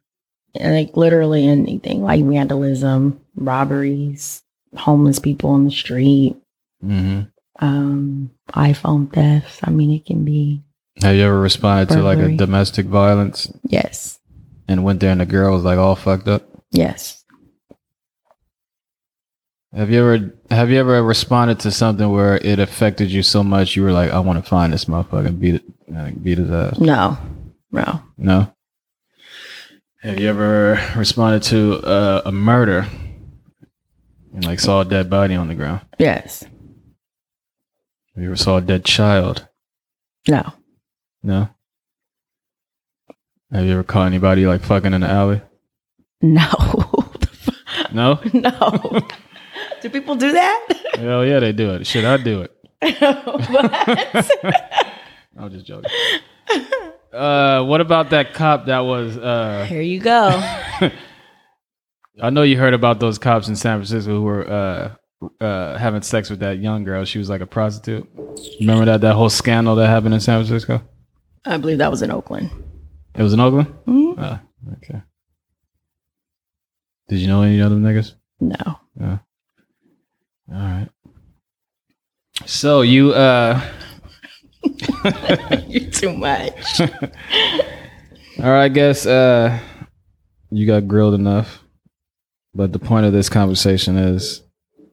Speaker 2: like literally anything, like vandalism, robberies, homeless people on the street,
Speaker 1: Mm-hmm.
Speaker 2: um, iPhone thefts. I mean, it can be,
Speaker 1: Have you ever responded to like a
Speaker 2: Burglary.
Speaker 1: domestic violence
Speaker 2: yes,
Speaker 1: and went there and the girl was like all fucked up?
Speaker 2: yes.
Speaker 1: Have you ever have you ever responded to something where it affected you so much you were like, I want to find this motherfucker and beat it, like, beat his ass?
Speaker 2: No, no.
Speaker 1: No. Have you ever responded to uh, a murder and like saw a dead body on the ground?
Speaker 2: Yes,
Speaker 1: Have you ever saw a dead child?
Speaker 2: no,
Speaker 1: No. Have you ever caught anybody like fucking in the alley?
Speaker 2: no,
Speaker 1: No.
Speaker 2: no. do people do that?
Speaker 1: Hell yeah, they do it. Shit, I do it.
Speaker 2: What?
Speaker 1: I'm just joking. uh, what about that cop that was? Uh,
Speaker 2: Here you go.
Speaker 1: I know you heard about those cops in San Francisco who were uh, uh, having sex with that young girl. She was like a prostitute. Remember that that whole scandal that happened in San Francisco?
Speaker 2: I believe that was in Oakland.
Speaker 1: It was in Oakland.
Speaker 2: Mhm.
Speaker 1: Ah, okay. Did you know any other niggas?
Speaker 2: No.
Speaker 1: All right. So you uh,
Speaker 2: You're too much.
Speaker 1: All right, I guess uh, you got grilled enough. But the point of this conversation is,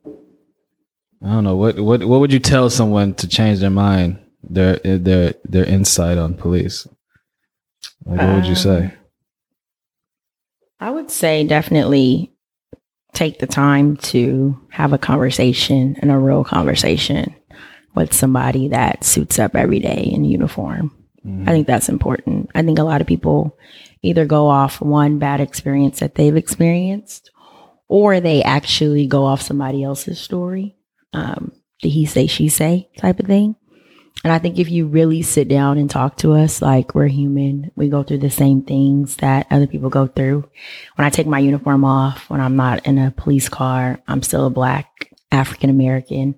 Speaker 1: I don't know what what what would you tell someone to change their mind, their their their insight on police? Like, what would you say?
Speaker 2: I would say definitely take the time to have a conversation and a real conversation with somebody that suits up every day in uniform. I think that's important. I think a lot of people either go off one bad experience that they've experienced or they actually go off somebody else's story, um, the he say, she say type of thing. And I think if you really sit down and talk to us, like we're human, we go through the same things that other people go through. When I take my uniform off, when I'm not in a police car, I'm still a black African American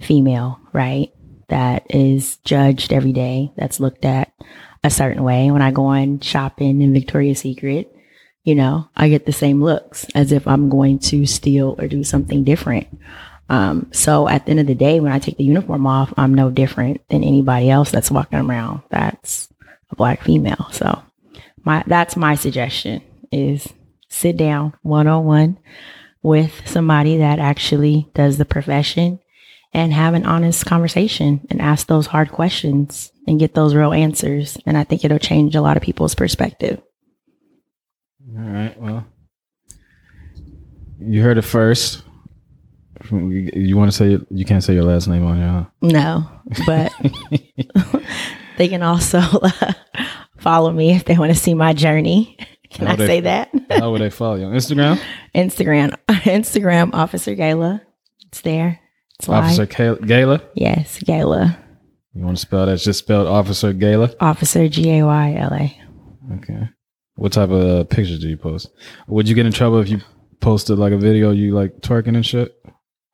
Speaker 2: female, right? That is judged every day, that's looked at. a certain way. When I go on shopping in Victoria's Secret, you know, I get the same looks as if I'm going to steal or do something different. Um, so at the end of the day, when I take the uniform off, I'm no different than anybody else that's walking around. That's a black female. So my that's my suggestion is sit down one on one with somebody that actually does the profession and have an honest conversation and ask those hard questions and get those real answers. And I think it'll change a lot of people's perspective.
Speaker 1: All right. Well, you heard it first. You want to say you can't say your last name on here.
Speaker 2: No, but
Speaker 1: Huh?
Speaker 2: they can also uh, follow me if they want to see my journey. Can
Speaker 1: How
Speaker 2: I
Speaker 1: they-
Speaker 2: say that?
Speaker 1: How would they follow you on Instagram?
Speaker 2: Instagram, Instagram, Officer Gala. It's there. It's live.
Speaker 1: Officer Kay- Gala.
Speaker 2: Yes, Gala.
Speaker 1: You want to spell that? It's just spelled Officer Gala.
Speaker 2: Officer G A Y L A.
Speaker 1: Okay. What type of uh, pictures do you post? Would you get in trouble if you posted like a video you like twerking and shit?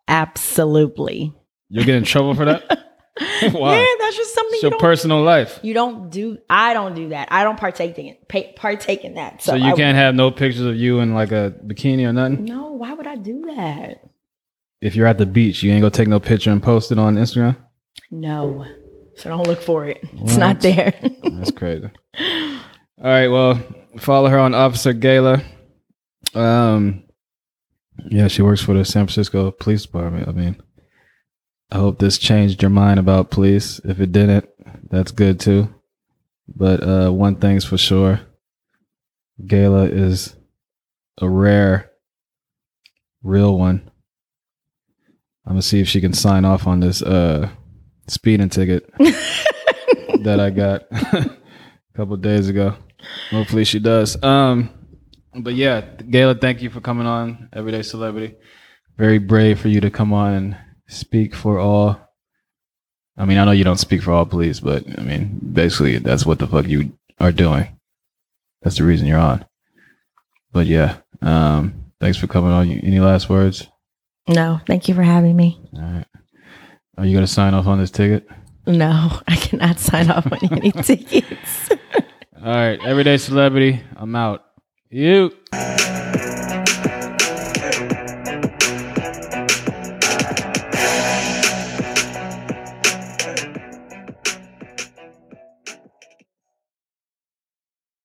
Speaker 2: Absolutely.
Speaker 1: You'll get in trouble for that. Why?
Speaker 2: Yeah, that's just something
Speaker 1: It's
Speaker 2: you
Speaker 1: your
Speaker 2: don't
Speaker 1: personal life.
Speaker 2: You don't do. I don't do that. I don't partake in pa- partake in that. So,
Speaker 1: So, you
Speaker 2: I-
Speaker 1: can't have no pictures of you in like a bikini or nothing.
Speaker 2: No, why would I do that?
Speaker 1: If you're at the beach, you ain't gonna take no picture and post it on Instagram.
Speaker 2: No. So don't look for it. It's
Speaker 1: What?
Speaker 2: not there.
Speaker 1: That's crazy. All right, well, follow her on Officer Gala. Um, yeah, she works for the San Francisco Police Department. I mean, I hope this changed your mind about police. If it didn't, that's good too. But uh, one thing's for sure, Gala is a rare, real one. I'm gonna see if she can sign off on this uh, speeding ticket that I got a couple days ago. Hopefully she does. Um, but yeah, Gayla, thank you for coming on Everyday Celebrity. Very brave for you to come on and speak for all. I mean, I know you don't speak for all police, but I mean, basically, that's what the fuck you are doing. That's the reason you're on. But yeah, um, thanks for coming on. You- Any last words?
Speaker 2: no. Thank you for having me.
Speaker 1: All right. Are you gonna sign off on this ticket?
Speaker 2: No, I cannot sign off on any tickets.
Speaker 1: All right, everyday celebrity. I'm out. You.